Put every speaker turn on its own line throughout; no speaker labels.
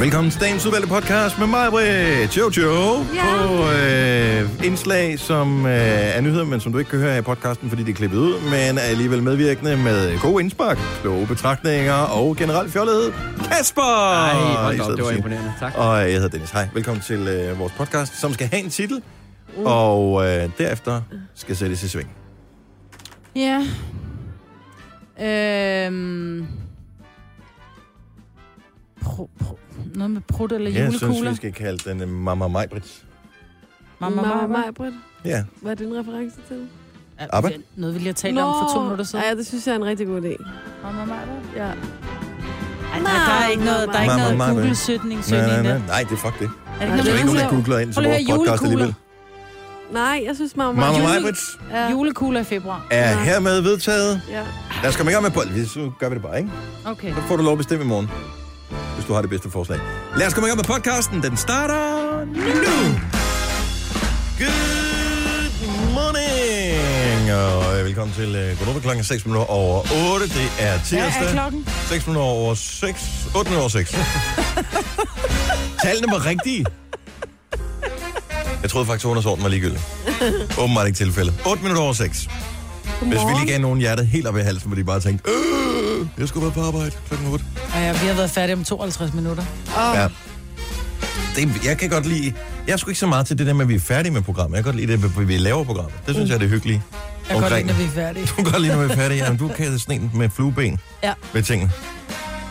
Velkommen til dagens udvalgte podcast med mig, Britt. Jo, jo.
Ja.
På øh, indslag, som øh, er nyheder, men som du ikke kan høre her i podcasten, fordi det er klippet ud, men er alligevel medvirkende med gode indspark, kloge betragtninger og generelt fjollethed. Kasper!
Ej, hold da
I
op, det
stedet for
var
Signe.
imponerende. Tak.
Og jeg hedder Dennis. Hej, velkommen til øh, vores podcast, som skal have en titel, mm. og øh, derefter skal sættes i sving.
Ja. Øhm. Pro, pro, noget med prut eller
Jeg synes,
julekugler.
vi skal kalde den øh, Mama Majbrit.
Mamma, mamma, mamma.
Britt,
Ja,
hvad er din reference til?
Abba?
Ja, Noget, vi lige har talt om for to minutter siden.
Ja, det synes jeg er en rigtig god idé.
Mamma, mamma.
Ja.
Ej, der, der er ikke noget, der er ikke
Mamma,
noget
mamma.
Google-søgning, søgning. i
nej, nej, nej,
det.
nej, det er fuck det.
Er det
Der
Der
ikke
er ikke nogen, der
noget,
googler ind til
Prøv lige
vores
at høre,
podcast alligevel.
Nej, jeg synes, mamma.
Mama
Jule-
Majbrit
Ja.
julekugler i februar?
er
Ja.
hermed vedtaget.
ja.
Lad os komme i gang med på. Så gør vi det bare, ikke?
Okay.
Så får du lov at bestemme i morgen, hvis du har det bedste forslag. Lad os komme i gang med podcasten. Den starter nu. Good morning. Og velkommen til øh, Godnova klokken 6 minutter over 8. Det er
Hvad
tirsdag.
er klokken?
6 minutter over 6. 8 minutter over 6. Tallene var rigtige. Jeg troede faktisk, at undersorden var ligegyldig. Åbenbart ikke tilfældet. 8 minutter over 6. Hvis vi lige gav nogen hjertet helt op i halsen, hvor de bare tænkte, "Øh, jeg skulle være på arbejde klokken 8.
Ja, ja, vi har været færdige om 52 minutter.
Ja. Det, jeg kan godt lide... Jeg er sgu ikke så meget til det der med, at vi er færdige med programmet. Jeg kan godt lide det, at vi laver programmet. Det synes jeg er det hyggelige.
Mm. Jeg kan godt
Omkring.
lide, når vi er færdige.
Du kan godt lide, når vi er færdige. Jamen, du kan sådan en med flueben
Ja.
med tingene.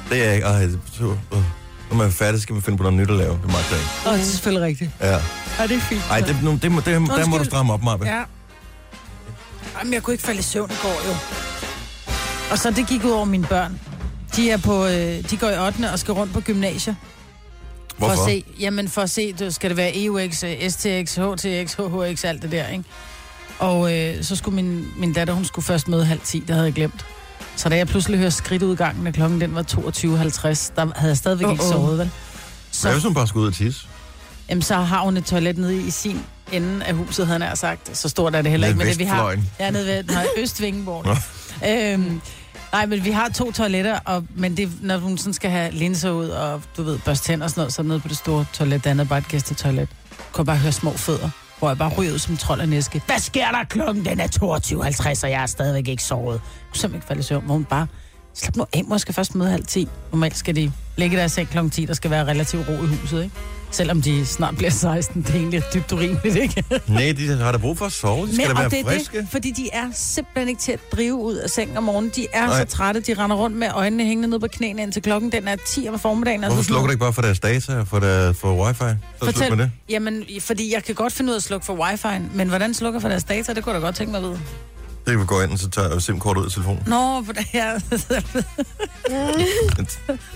Det er jeg ikke. Ej, det betyder, øh. Når man er færdig, skal man finde på noget nyt at lave. Det er meget klart.
Og det er selvfølgelig rigtigt.
Ja.
Og det er fint.
Ej, det, nu, det, må- det, der må
Undskyld.
du stramme op, Marbe. Ja.
Ja. Jamen, jeg kunne ikke falde i søvn i går jo. Og så det gik ud over mine børn. De, er på, øh, de går i 8. og skal rundt på gymnasier. For
Hvorfor?
at se, jamen for at se, du, skal det være EUX, øh, STX, HTX, HHX, alt det der, ikke? Og øh, så skulle min, min datter, hun skulle først møde halv 10, det havde jeg glemt. Så da jeg pludselig hørte skridtudgangen, og klokken den var 22.50, der havde jeg stadigvæk uh-oh. ikke
Uh-oh.
sovet, vel?
Hvad
Så,
hvis hun bare skal ud og tisse?
jamen, så har hun et toilet nede i sin ende af huset, havde jeg nær sagt. Så stort er det heller ikke, men det vi har...
Vestfløjen.
Jeg er nede ved nej, Østvingeborg. øhm, nej, men vi har to toiletter, og, men det, når hun sådan skal have linser ud og du ved, børste tænder og sådan noget, så er det nede på det store toilet, der er nede bare et gæstetoilet. Kunne bare høre små fødder, hvor jeg bare ryger ud som en trold og næske. Hvad sker der klokken? Den er 22.50, og jeg er stadigvæk ikke sovet. Jeg kunne simpelthen ikke falde i søvn, hvor hun bare... Slap nu af, mor jeg skal først møde halv 10. Normalt skal de ligge der i seng klokken 10, der skal være relativt ro i huset, ikke? Selvom de snart bliver 16, det er egentlig dybt urimeligt, ikke?
Nej, de har da brug for at sove. De skal da
Men,
være
og det er
friske.
Det, fordi de er simpelthen ikke til at drive ud af sengen om morgenen. De er
Nej.
Nej. så trætte, de render rundt med øjnene hængende ned på knæene indtil klokken. Den er 10 om formiddagen.
Hvorfor slukker du ikke bare for deres data og for, der, for wifi? Så Fortæl. slut med det.
Jamen, i- fordi jeg kan godt finde ud af at slukke for wifi'en, men hvordan slukker for deres data, det kunne jeg da godt tænke mig at vide.
Det kan gå ind, og så tager jeg SIM-kort ud af telefonen.
Nå, for det her...
Jeg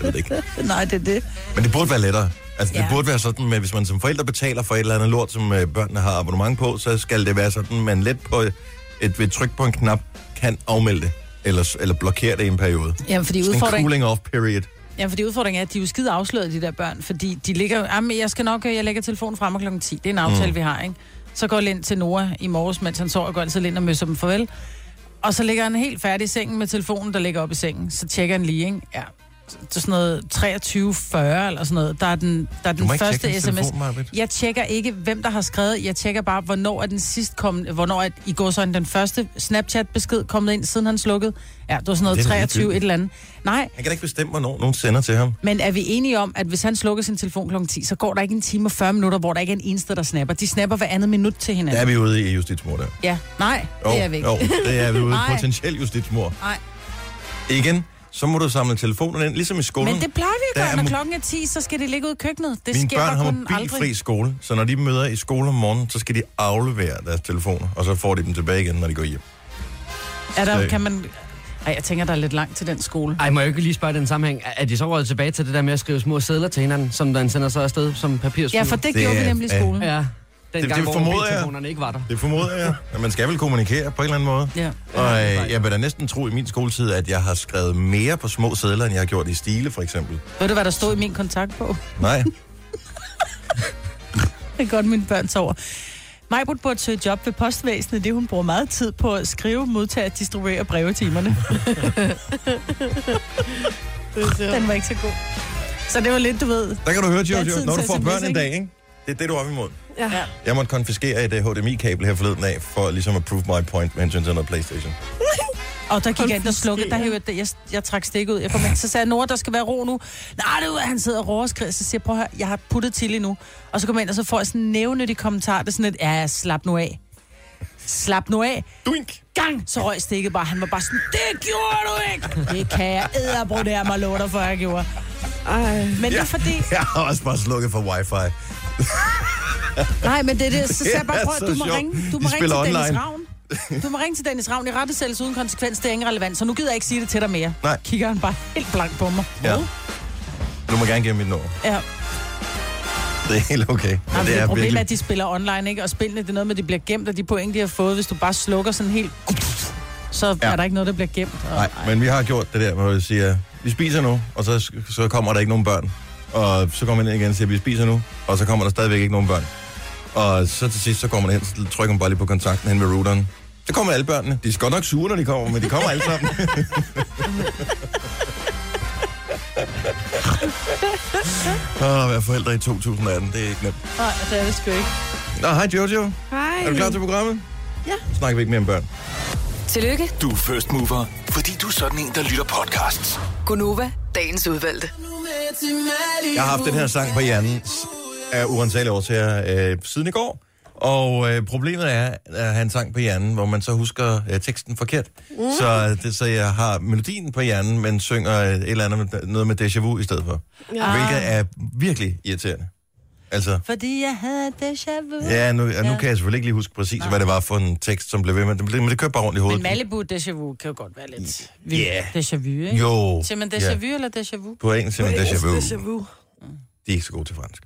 ved det ikke.
Nej, det er det.
Men det burde være lettere. Altså, ja. det
Ja.
burde være sådan, at hvis man som forældre betaler for et eller andet lort, som øh, børnene har abonnement på, så skal det være sådan, at man let på et, ved et tryk på en knap kan afmelde det, eller, eller blokere det i en periode.
Jamen, fordi
Sådan en
udfordringen,
cooling off period.
ja, fordi udfordringen er, at de er jo skide afsløret, de der børn, fordi de ligger... Jamen, jeg skal nok... øh, Jeg lægger telefonen frem klokken 10. Det er en aftale, mm. vi har, ikke? Så går Lind til Nora i morges, mens han sover, og går altid Lind og møsser dem farvel. Og så ligger han helt færdig i sengen med telefonen, der ligger oppe i sengen. Så tjekker han lige, ikke? Ja. Så så sådan noget 23.40 eller sådan noget. Der er den, der er
Du må
den
ikke tjekke
første
din
sms.
telefon, Marbet.
Jeg tjekker ikke, hvem der har skrevet. Jeg tjekker bare, hvornår er den sidst kommet, hvornår er i går sådan den første Snapchat-besked kommet ind, siden han slukkede. Ja, det var sådan noget
Det er da
23 et
ligegyldigt.
eller andet. Nej,
Han kan da ikke bestemme, hvornår nogen sender til ham.
men er vi enige om, at hvis han slukker sin telefon kl. 10, så går der ikke en time og 40 minutter, hvor der ikke er en eneste, der snapper. De snapper hver andet minut til
Der
hinanden.
er vi ude i justitsmord der.
Ja, nej,
Jo,
det er vi ikke.
Jo, det er vi ude i
Nej.
potentiel justitsmord.
Nej.
Igen, så må du samle telefonen ind, ligesom i skolen.
Men det plejer vi
Der
at
er
gøre,
mo-
når klokken er 10, så skal det ligge ud i køkkenet. Det
Mine
sker
børn
der
har
kun
mobilfri
aldrig.
skole, så når de møder i skole om morgenen, så skal de aflevere deres telefoner, og så får de dem tilbage igen, når de går hjem.
Er der, kan man... Ej, jeg tænker, der er lidt langt til den skole.
Ej, må jeg ikke lige spørge i den sammenhæng? Er er de så røget tilbage til det der med at skrive små sedler til hinanden, som den sender så afsted som papirsfugl?
Ja, for det,
Det
gjorde vi
er-
nemlig i
ja.
skolen. Ja.
Ja,
det
den gang, hvor
formoder jeg.
mobiltelefonerne ikke var der.
Det formoder jeg. At man skal vel kommunikere på en eller anden måde.
ja.
Og øh, jeg vil da næsten tro i min skoletid, at jeg har skrevet mere på små sædler, end jeg har gjort i stile, for eksempel.
Ved du, hvad der stod i min kontaktbog?
Nej.
Det er godt, mine børn sover. Majbrit burde søge job ved postvæsenet, det hun bruger meget tid på at skrive, modtage og distribuere brevetimerne.
Det er sjovt.
Den var ikke så god. Så det var lidt, du ved.
Der kan du høre, Jojo,
Datidens
når du får børn
SMS,
en dag, ikke? Det er det, du er op imod.
Ja.
Ja.
ja.
Jeg måtte konfiskere et uh, HDMI-kabel her forleden af, for ligesom at prove my point med hensyn til noget Playstation.
Og der gik jeg ind og slukkede, der hævde jeg, det- jeg, jeg trak stik ud. Jeg kom ind, så sagde jeg, Nora, der skal være ro nu. Nej, det er ud, han sidder og råskrider, så siger jeg, prøv at høre, jeg har puttet til lige nu. Og så kommer jeg ind, og så får jeg sådan en nævnyttig kommentar, det er sådan et, ja, ja, slap nu af. Slap nu af.
Duink!
Gang, så røg stikket bare. Han var bare sådan, det gjorde du ikke! Det kan jeg æderbrudere mig, lover dig for, jeg gjorde.
Ej.
Men det er fordi,
Jeg har også bare slukket for wifi.
Nej, men det er det. Så sagde jeg bare,
Det er
prøv, at- du
så
må
sjovt.
ringe, du må
De
ringe til
spiller
Dennis
online.
Ravn. Du må ringe til Dennis Ravn i rettesættelse uden konsekvens. Det er ingen relevant, så nu gider jeg ikke sige det til dig mere.
Nej.
Kigger han bare helt blank på mig.
Ja.
Wow.
Du må gerne give mit nummer.
ja.
Det er helt okay.
Jamen,
det er
problemet
virkelig...
er, at de spiller online, ikke? Og spillene, det er noget med, at de bliver gemt, og de point, de har fået, hvis du bare slukker sådan helt... Så
Ja.
er der ikke noget, der bliver gemt. Og,
Nej, men vi har gjort det der, hvor vi siger, vi spiser nu, og så, så kommer der ikke nogen børn. Og så kommer man ind igen og siger, vi spiser nu, og så kommer der stadigvæk ikke nogen børn. Og så til sidst, så kommer man hen, så trykker man bare lige på kontakten hen med routeren. Så kommer alle børnene. De er godt nok sure, når de kommer, men de kommer alle sammen. Åh, at være forældre i 2018, det er ikke nemt.
Nej, det er det sgu ikke.
Nå, hej Jojo.
Hej.
Er du klar til programmet?
Ja.
Så snakker vi ikke mere om børn.
Tillykke,
Du er first mover, fordi du er sådan en, der lytter podcasts.
Gunova, dagens udvalgte.
Jeg har haft den her sang på hjernen s- af uansagelige årsager øh, siden i går. Og øh, problemet er at have en sang på hjernen, hvor man så husker øh, teksten forkert. Mm. Så, det, så jeg har melodien på hjernen, men synger øh, et eller andet med, noget med déjà vu i stedet for. Ja. Hvilket er virkelig irriterende. Altså,
Fordi jeg havde déjà vu.
ja, nu, ja. nu kan jeg selvfølgelig ikke lige huske præcis, hvad det var for en tekst, som blev ved med. Det, blev- men det kører bare rundt i
Men
hovedet.
Malibu déjà vu kan jo godt være lidt...
Ja.
Déjà vu, ikke?
Jo.
Siger man déjà
ja.
vu eller déjà vu?
På engelsk siger man déjà vu.
Déjà vu.
De er ikke så gode til fransk.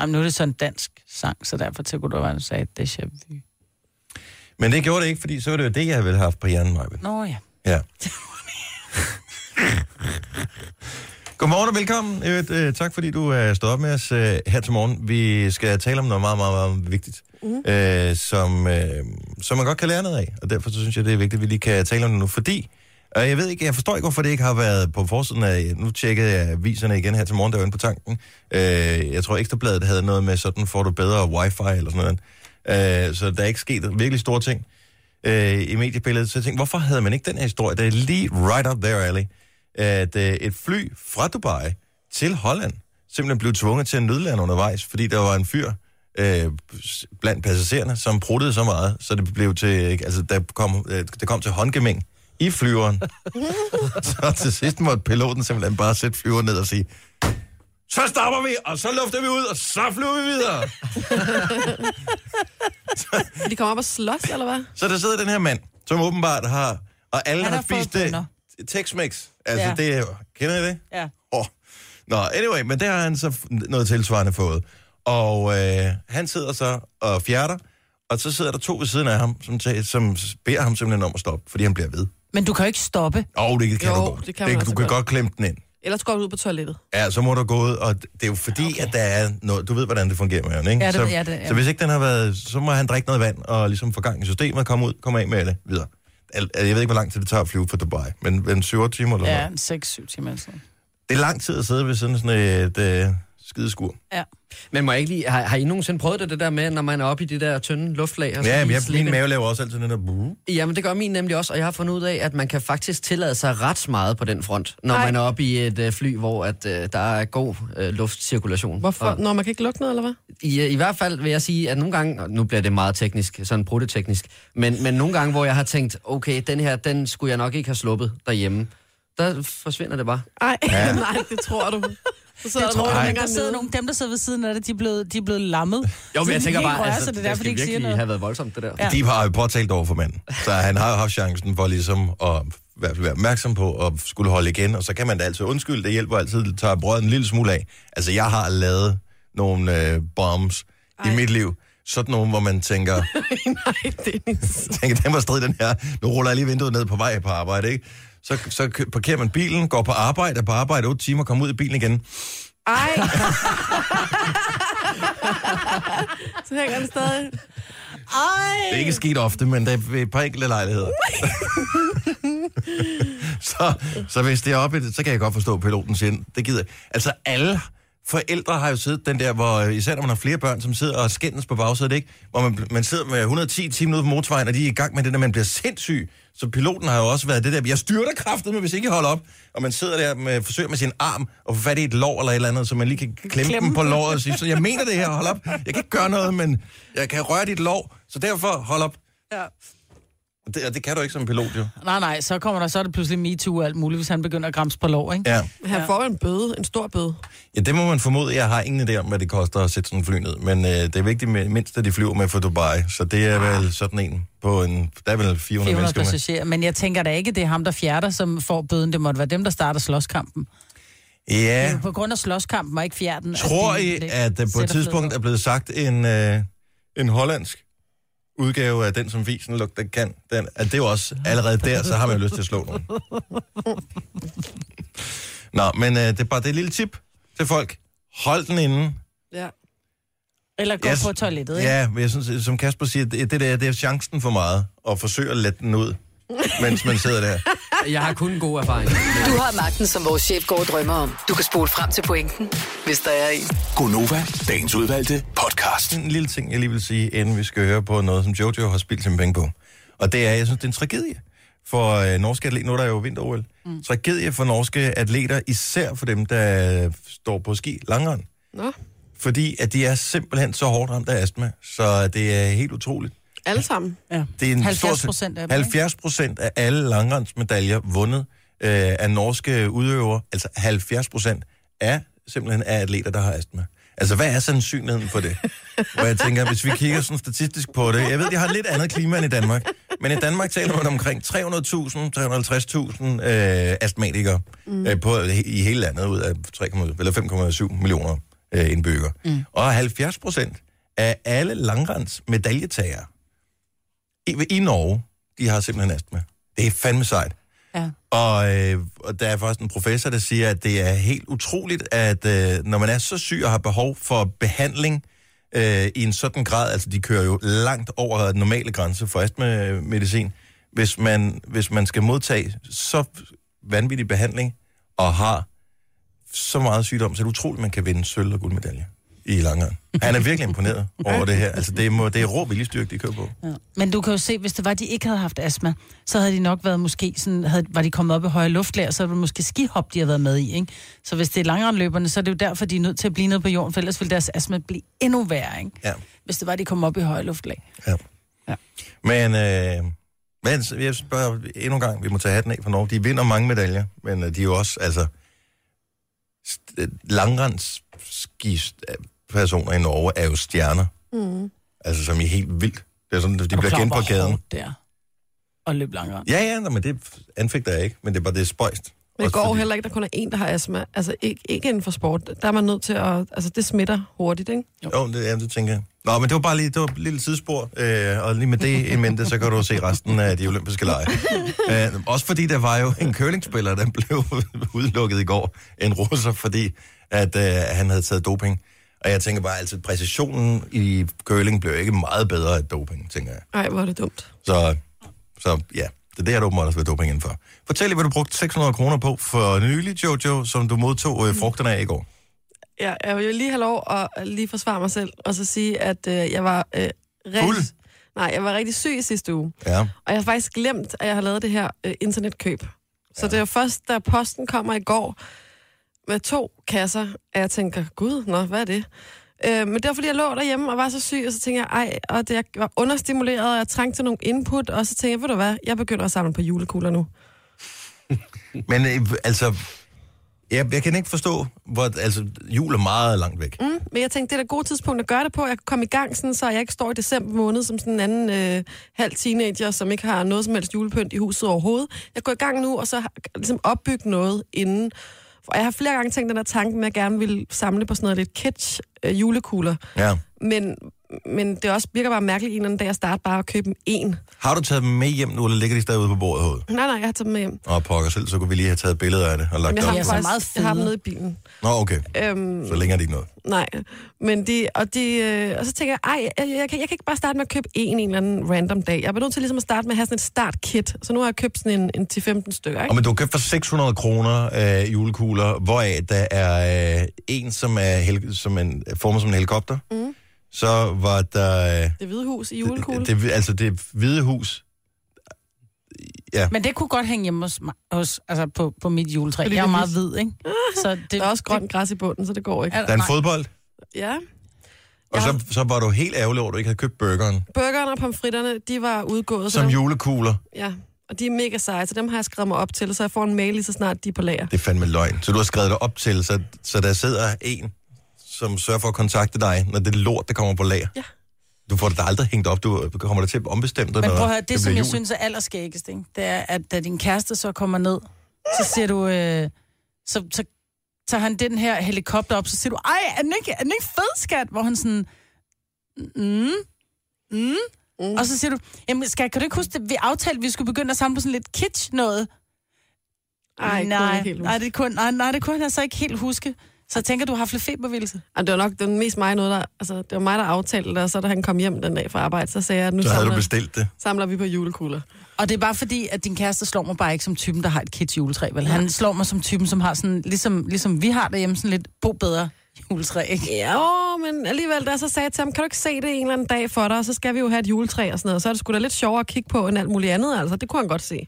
Jamen, nu er det sådan en dansk sang, så derfor til kunne du være, sagde déjà vu.
Men det gjorde det ikke, fordi så var det jo det, jeg ville have haft på hjernen, Maja.
Nå ja.
Ja. Godmorgen og velkommen. I øvrigt, øh, tak fordi du er stået op med os øh, her til morgen. Vi skal tale om noget meget, meget, meget vigtigt, mm. øh, som, øh, som man godt kan lære noget af. Og derfor så synes jeg, det er vigtigt, at vi lige kan tale om det nu. Fordi, øh, jeg ved ikke, jeg forstår ikke, hvorfor det ikke har været på forsiden af... Nu tjekkede jeg viserne igen her til morgen, der var inde på tanken. Øh, jeg tror, Ekstrabladet havde noget med, sådan får du bedre wifi eller sådan noget. Øh, så der er ikke sket virkelig store ting øh, i mediebilledet, så jeg tænkte, hvorfor havde man ikke den her historie? Det er lige right up there alley, at øh, et fly fra Dubai til Holland simpelthen blev tvunget til at nødlande undervejs, fordi der var en fyr øh, s- blandt passagererne, som pruttede så meget, så det blev til, altså der kom, øh, det kom til håndgemæng i flyveren. så til sidst måtte piloten simpelthen bare sætte flyveren ned og sige, så stopper vi, og så lufter vi ud, og så flyver vi videre.
De kommer op og slås, eller hvad?
Så der sidder den her mand, som åbenbart har... Og alle
Han
har
har fået
spist det.
bønner.
Tex-Mex. Altså,
Ja.
ja. det er jo- Kender I det?
Ja.
Oh. Nå, anyway, men det har han så f- noget tilsvarende fået. Og øh, han sidder så og fjerter, og så sidder der to ved siden af ham, som, tæ- som s- beder ham simpelthen om at stoppe, fordi han bliver ved.
Men du kan jo ikke stoppe.
Åh, oh, det kan
Jo,
du godt.
det kan man
du
altså
kan
godt.
godt klemme den ind.
Ellers går du ud på toilettet.
Ja, så må du gå ud, og det er jo fordi, okay. at der er noget... Du ved, hvordan det fungerer med den, ikke?
Ja, det
så,
ved jeg, det- ja.
så hvis ikke den har været... Så må han drikke noget vand, og ligesom få gang i systemet, komme ud, komme af med det videre. Al- al- Jeg ved ikke, hvor lang tid det tager at flyve fra Dubai, men men 7 timer eller
Ja,
ja.
en 6-7 timer. Sådan.
Det er lang tid at sidde ved sådan, sådan et øh, skideskur.
Ja.
Men må jeg ikke lige, har, har I nogensinde prøvet det, det der med, når man er oppe i det der tynde luftlag? Og så
Ja, men
lige
jeg,
slippe
min
en-
mave laver også altid den der... buh.
Jamen, det gør min nemlig også, og jeg har fundet ud af, at man kan faktisk tillade sig ret meget på den front, når
Ej.
Ej. man er oppe i et øh, fly, hvor at, øh, der er god øh, luftcirkulation.
Hvorfor?
Og
Nå, man kan ikke lukke noget, eller hvad?
I, I hvert fald vil jeg sige, at nogle gange, og nu bliver det meget teknisk, sådan prototeknisk, men, men nogle gange, hvor jeg har tænkt, okay, den her, den skulle jeg nok ikke have sluppet derhjemme, der forsvinder det bare.
Ej,
Ja.
ja. nej, det tror du. Så sidder
Jeg
der
tror,
nogen,
at dem,
hænger
der sidder
nede.
nogen, dem, der sidder ved siden af det, de er blevet, de er blevet lammet.
Jo,
Så
men jeg tænker
de kan ikke
bare,
røre
altså,
sig, det er
det,
derfor, de
skal
ikke siger
virkelig
noget.
have været voldsomt, det der.
Ja.
Ja.
De har jo påtalt over for manden, så han har jo haft chancen for ligesom at i hvert fald være opmærksom på at skulle holde igen, og så kan man da altid undskylde, det hjælper altid, det tager brødet en lille smule af. Altså, jeg har lavet nogle øh, bombs Ej. i mit liv, sådan nogle, hvor man tænker,
Nej, Dennis.
tænker, den var strid, den her. Nu ruller jeg lige vinduet ned på vej på arbejde, ikke? Så, så kø- parkerer man bilen, går på arbejde, er på arbejde 8 timer, kommer ud i bilen igen.
Ej. så hænger den stadig.
Det er ikke sket ofte, men der er et par enkelte lejligheder. så så, så hvis det er op i det, så kan jeg godt forstå, at piloten siger, det gider jeg." Altså alle forældre har jo siddet den der, hvor øh, især når man har flere børn, som sidder og skændes på bagsædet, ikke? Hvor man, bl- man sidder med 110 timer ude på motorvejen, og de er i gang med det, når man bliver sindssyg. Så piloten har jo også været det der, jeg styrter kraftet, men hvis ikke I holder op, og man sidder der med forsøger med sin arm og få fat i et lår eller et eller andet, så man lige kan klemme, klemme. dem på låret og sige, så jeg mener det her, hold op. Jeg kan ikke gøre noget, men jeg kan røre dit lår, så derfor hold op.
Ja.
Og Det, og det kan du ikke som pilot, jo.
Nej, nej, så kommer der, så er det pludselig MeToo og alt muligt, hvis han begynder at græmse på lov, ikke?
Ja.
Han får en bøde, en stor bøde.
Ja, det må man formode. Jeg har ingen idé om, hvad det koster at sætte sådan en fly ned. Men øh, det er vigtigt, med, mindst at de flyver med fra Dubai. Så det er vel sådan en på en... Der er vel 400,
400
mennesker med.
passagerer. Men jeg tænker da ikke, det er ham, der fjerder, som får bøden. Det måtte være dem, der starter slåskampen.
Ja.
Ja. På grund af slåskampen og ikke fjerden.
Tror I, at der på et tidspunkt er blevet sagt en, øh, en hollandsk udgave af den, som visen lugter kan? Den, at det er jo også allerede der, så har man jo lyst til at slå nogen. Nå, men øh, det er bare det lille tip til folk. Hold den inde.
Ja.
Eller gå
Jeg
yes.
s-
på toilettet, ikke?
Ja, men jeg synes, som Kasper siger, det, det der det er chancen for meget at forsøge at lette den ud, mens man sidder der.
Jeg har kun god erfaring.
Du har magten, som vores chef går og drømmer om. Du kan spole frem til pointen, hvis der er en.
Gonova, dagens udvalgte podcast.
En lille ting, jeg lige vil sige, inden vi skal høre på noget, som Jojo har spildt sine penge på. Og det er, jeg synes, det er en tragedie for øh, norske atleter. Nu er der jo vinter mm. Tragedie for norske atleter, især for dem, der øh, står på ski langrende.
Nå,
Fordi at de er simpelthen så hårdt ramt af astma, så det er helt utroligt.
alle sammen.
Ja.
Det er en
70% af dem, ikke?
70 procent af alle langrendsmedaljer vundet øh, af norske udøvere, altså 70 procent er simpelthen af atleter, der har astma. Altså, hvad er sandsynligheden for det? Hvor jeg tænker, hvis vi kigger sådan statistisk på det, jeg ved, de har et lidt andet klima end i Danmark, men i Danmark taler man omkring 300.000, 350.000 øh, astmatikere mm. øh, på, i hele landet ud af 3,7 eller 5,7 millioner øh, indbyggere. Mm. Og 70 procent af alle langrendsmedaljetager i, i Norge, de har simpelthen astma. Det er fandme sejt.
Ja.
Og, øh, og der er faktisk en professor, der siger, at det er helt utroligt, at øh, når man er så syg og har behov for behandling øh, i en sådan grad, altså de kører jo langt over den normale grænse for astmamedicin, hvis man, hvis man skal modtage så vanvittig behandling og har så meget sygdom, så er det utroligt, at man kan vinde sølv- og guldmedalje i langeren. Han er virkelig imponeret over det her. Altså, det, må, det er rå viljestyrke, de kører på.
Ja. Men du kan jo se, hvis det var, de ikke havde haft astma, så havde de nok været måske sådan, havde, var de kommet op i høje luftlag, så var det måske skihop, de havde været med i, ikke? Så hvis det er langrendløberne, så er det jo derfor, de er nødt til at blive nede på jorden, for ellers ville deres astma blive endnu værre, ikke?
Ja.
Hvis det var, de kom op i høje luftlag.
Ja.
Ja.
Men, øh, men så jeg spørger endnu en gang, vi må tage hatten af for Norge. De vinder mange medaljer, men øh, de er jo også, altså, st- øh, langrensskis-personer i Norge er jo stjerner. Mm. Altså, som i helt vildt. Det er sådan, de bliver kendt på gaden.
Der. Og løb langrend.
Ja, ja, nå, men det anfægter jeg ikke, men det er bare det er spøjst.
Men det
Også
går jo
fordi-
heller ikke, der kun er en, der har astma. Altså ikke, ikke inden for sport. Der er man nødt til at... Altså det smitter hurtigt, ikke?
Jo, det, ja, det tænker jeg. Nå, men det var bare lige, det var et lille sidespor, øh, og lige med det i mente, så kan du se resten af de olympiske lege. øh, også fordi der var jo en curlingspiller, der blev udelukket i går, en russer, fordi at øh, han havde taget doping. Og jeg tænker bare, altså præcisionen i curling blev ikke meget bedre af doping, tænker jeg.
Ej, hvor er det dumt.
Så, så ja, det er det, der åbenbart også været doping indenfor. Fortæl lige, hvad du brugte 600 kroner på for nylig, Jojo, som du modtog øh, frugterne af i går.
Ja, jeg vil jo lige have lov at lige forsvare mig selv, og så sige, at øh, jeg var øh,
Fuld?
rigtig... Nej, jeg var rigtig syg i sidste uge.
Ja.
Og jeg har faktisk glemt, at jeg har lavet det her øh, internetkøb. Så ja. det er jo først, da posten kommer i går med to kasser, at jeg tænker, gud, nå, hvad er det? Øh, men det var, fordi jeg lå derhjemme og var så syg, og så tænkte jeg, ej, og det, jeg var understimuleret, og jeg trængte til nogle input, og så tænkte jeg, ved du hvad, jeg begynder at samle på julekugler nu.
Men øh, altså, jeg, jeg kan ikke forstå, hvor, altså, jul er meget langt væk. Mm.
Men jeg tænkte, det er da et godt tidspunkt at gøre det på. Jeg kan komme i gang, sådan, så jeg ikke står i december måned som sådan en anden øh, halv teenager, som ikke har noget som helst julepynt i huset overhovedet. Jeg går i gang nu, og så har- ligesom opbygge noget inden. Og jeg har flere gange tænkt den der tanke med, at jeg gerne ville samle på sådan noget lidt kitsch øh, julekugler.
Ja.
Men, men det også virker bare mærkeligt en eller anden dag at starte bare at købe en.
Har du taget dem med hjem nu, eller ligger de stadig ude på bordet hovedet?
Nej, nej, jeg har taget dem med hjem.
Og pokker selv, så kunne vi lige have taget billeder af det og lagt
Jamen,
det
jeg har,
op.
Ja,
dem
så
faktisk,
meget
jeg har dem
fede.
nede i bilen.
Nå, okay.
Øhm,
Så længere er det ikke noget.
nej, men de, og, de, øh, og så tænker jeg, ej, jeg, jeg, kan, jeg kan ikke bare starte med at købe en en eller anden random dag. Jeg er nødt til ligesom at starte med at have sådan et startkit. Så nu har jeg købt sådan en, en 10-15 stykker,
Og
ikke?
men du har købt for 600 kroner øh, julekugler, hvoraf der er øh, en, som er, hel- som en, er formet som en helikopter. Mm. Så var der... Øh,
Det hvide hus i julekugle.
det, det, altså det hvide hus.
Men det kunne godt hænge hjemme hos, mig, hos altså på, på mit juletræ.
Fordi
jeg er
det er
meget hvid, ikke? Så det,
Der er også grønt græs i bunden, så det går ikke.
Er,
Der er en
nej,
fodbold.
Ja. Ja.
Og så, så var du helt ærgerlig over, at du ikke havde købt burgeren
Burgeren og pomfritterne, de var udgået.
som
så dem,
julekugler.
ja, og de er mega seje, så dem har jeg skrevet mig op til, så jeg får en mail lige så snart de er på lager.
Det er fandme løgn. Så du har skrevet dig op til, så, så der sidder en, som sørger for at kontakte dig, når det er lort, der kommer på lager.
Ja.
Du får det da aldrig hængt op. Du kommer da til at ombestemme dig,
Men
når
prøv at høre,
det
det, som
bliver
jeg
jul.
synes er allerskæggest, ikke? det er, at da din kæreste så kommer ned, så siger du, øh, så, så tager han den her helikopter op, så siger du, ej, er den ikke, er den ikke fed, skat? Hvor han sådan, mm, mm. mm. Og så siger du, jamen skat, kan du ikke huske, det? vi aftalte, at vi skulle begynde at samle på sådan lidt kitsch noget?
Ej, nej,
nej,
helt
nej, det kunne, nej, nej, det kunne han altså ikke helt huske. Så jeg tænker, du har haft lidt febervildelse.
Ej, det var nok den mest mig noget, der, altså, det var mig, der aftalte det, og så da han kom hjem den dag fra arbejde, så sagde jeg, at nu
Så havde du
samler,
bestilt det.
samler, vi på julekugler.
Og det er bare fordi, at din kæreste slår mig bare ikke som typen, der har et kids juletræ, vel? Han slår mig som typen, som har sådan, ligesom, ligesom vi har derhjemme, sådan lidt bo bedre juletræ, ikke?
Ja, åh, men alligevel, der så sagde jeg til ham, kan du ikke se det en eller anden dag for dig, og så skal vi jo have et juletræ og sådan noget. Så er det sgu da lidt sjovere at kigge på end alt muligt andet, altså. Det kunne han godt se.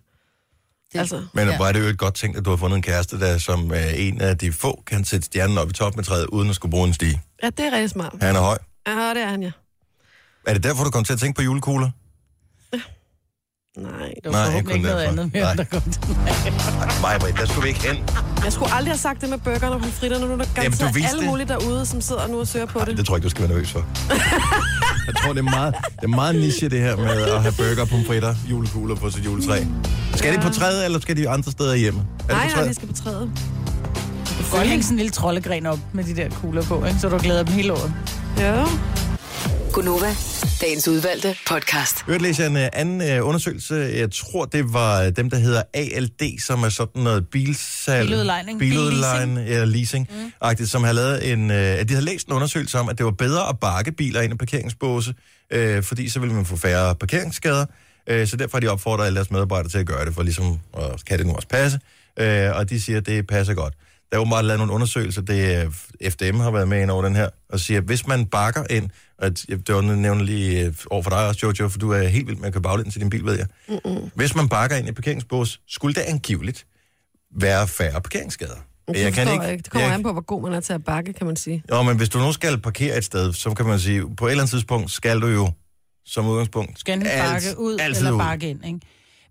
Det-
Altså,
Men
Ja.
ja. var det jo et godt ting, at du har fundet en kæreste, der som øh, en af de få kan sætte stjernen op i toppen af træet, uden at skulle bruge en stige.
ja, det er rigtig smart.
Han er høj.
Ja, det er han, ja.
Er det derfor, du kom til at tænke på julekugler?
Nej.
Det var
Nej,
forhåbentlig
ikke kun
ikke noget
derfor.
andet mere,
Nej.
der kom til.
Nej, Britt, der skulle vi ikke hen.
Jeg skulle aldrig have sagt det med burgerne og pomfritterne. Nu er der
Jamen, du
garanteret
vidste
alle
det.
mulige derude, som sidder nu og søger på det.
Det tror jeg ikke, du skal være nervøs for. jeg tror, det er meget, det er meget niche, det her med at have burger, pomfritter, julekugler på sit juletræ. Skal de på træet, eller skal de andre steder hjemme? Er
Nej,
det på
nej, de
træet?
skal på træet.
Du kan godt hænge sådan en lille troldegren op med de der kugler på, ikke? Så du glæder dem hele året.
Ja.
Gunova, dagens udvalgte podcast.
Hørt læser jeg en øh, anden øh, undersøgelse. Jeg tror, det var øh, dem, der hedder ALD, som er sådan noget bilsalg.
Biludlejning.
Biludlejning, eller leasing. Mm. Agtigt, som har lavet en... Øh, at de havde læst en undersøgelse om, at det var bedre at bakke biler ind i parkeringsbåse, øh, fordi så ville man få færre parkeringsskader. Øh, så derfor har de opfordret alle deres medarbejdere til at gøre det, for ligesom, og kan det nu også passe? Øh, og de siger, at det passer godt. Der er åbenbart lavet nogle undersøgelser, det øh, FDM har været med ind over den her, og siger, at hvis man bakker ind, og det det var nævnt lige øh, over for dig også, Jojo, for du er helt vild med at købe baglæns til din bil, ved jeg. Mm-mm. Hvis man bakker ind i parkeringsbås, skulle det angiveligt være færre parkeringsskader.
Det forstår jeg ikke. Det kommer an på, hvor god man er til at bakke, kan man sige.
Jo, men hvis du nu skal parkere et sted, så kan man sige, på et eller andet tidspunkt skal du jo som udgangspunkt
Skal enten bakke ud
altid
eller
ud.
bakke ind, ikke?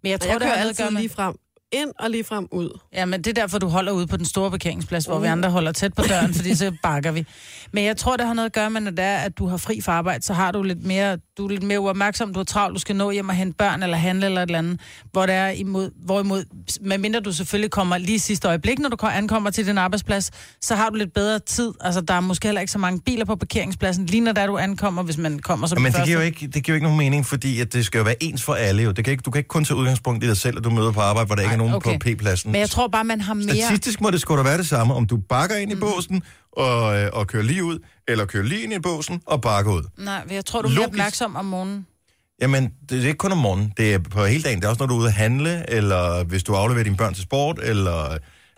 Men jeg
Og
tror,
jeg
det
kører
har noget at
altid
gøre med...
lige frem ind og lige frem ud.
Ja, men det er derfor, du holder ude på den store parkeringsplads, hvor vi andre holder tæt på døren, fordi så bakker vi. Men jeg tror, det har noget at gøre med, når det er, at du har fri fra arbejde, så har du lidt mere, du er lidt mere uopmærksom, du er travlt, du skal nå hjem og hente børn eller handle eller et eller andet, hvor det er imod, hvorimod, medmindre du selvfølgelig kommer lige i sidste øjeblik, når du ko- ankommer til din arbejdsplads, så har du lidt bedre tid. Altså, der er måske heller ikke så mange biler på parkeringspladsen, lige når der du ankommer, hvis man kommer som
Ja, men
den
det giver, jo
første.
ikke, det giver jo ikke nogen mening, fordi at det skal jo være ens for alle. Jo. Det kan ikke, du kan ikke kun tage udgangspunkt i dig selv, at du møder på arbejde, hvor der ikke er
Ej,
nogen
okay.
på P-pladsen.
Men jeg tror bare, man har mere... Mm.
Statistisk må det sgu da være det samme, om du bakker ind i båsen og, øh, og kører lige ud, eller kører lige ind i båsen og bakker ud.
Nej, men jeg tror, du er mere
Logisk.
opmærksom om morgenen.
Jamen, det, det er ikke kun om morgenen, det er på hele dagen. Det er også, når du er ude at handle, eller hvis du afleverer dine børn til sport, eller...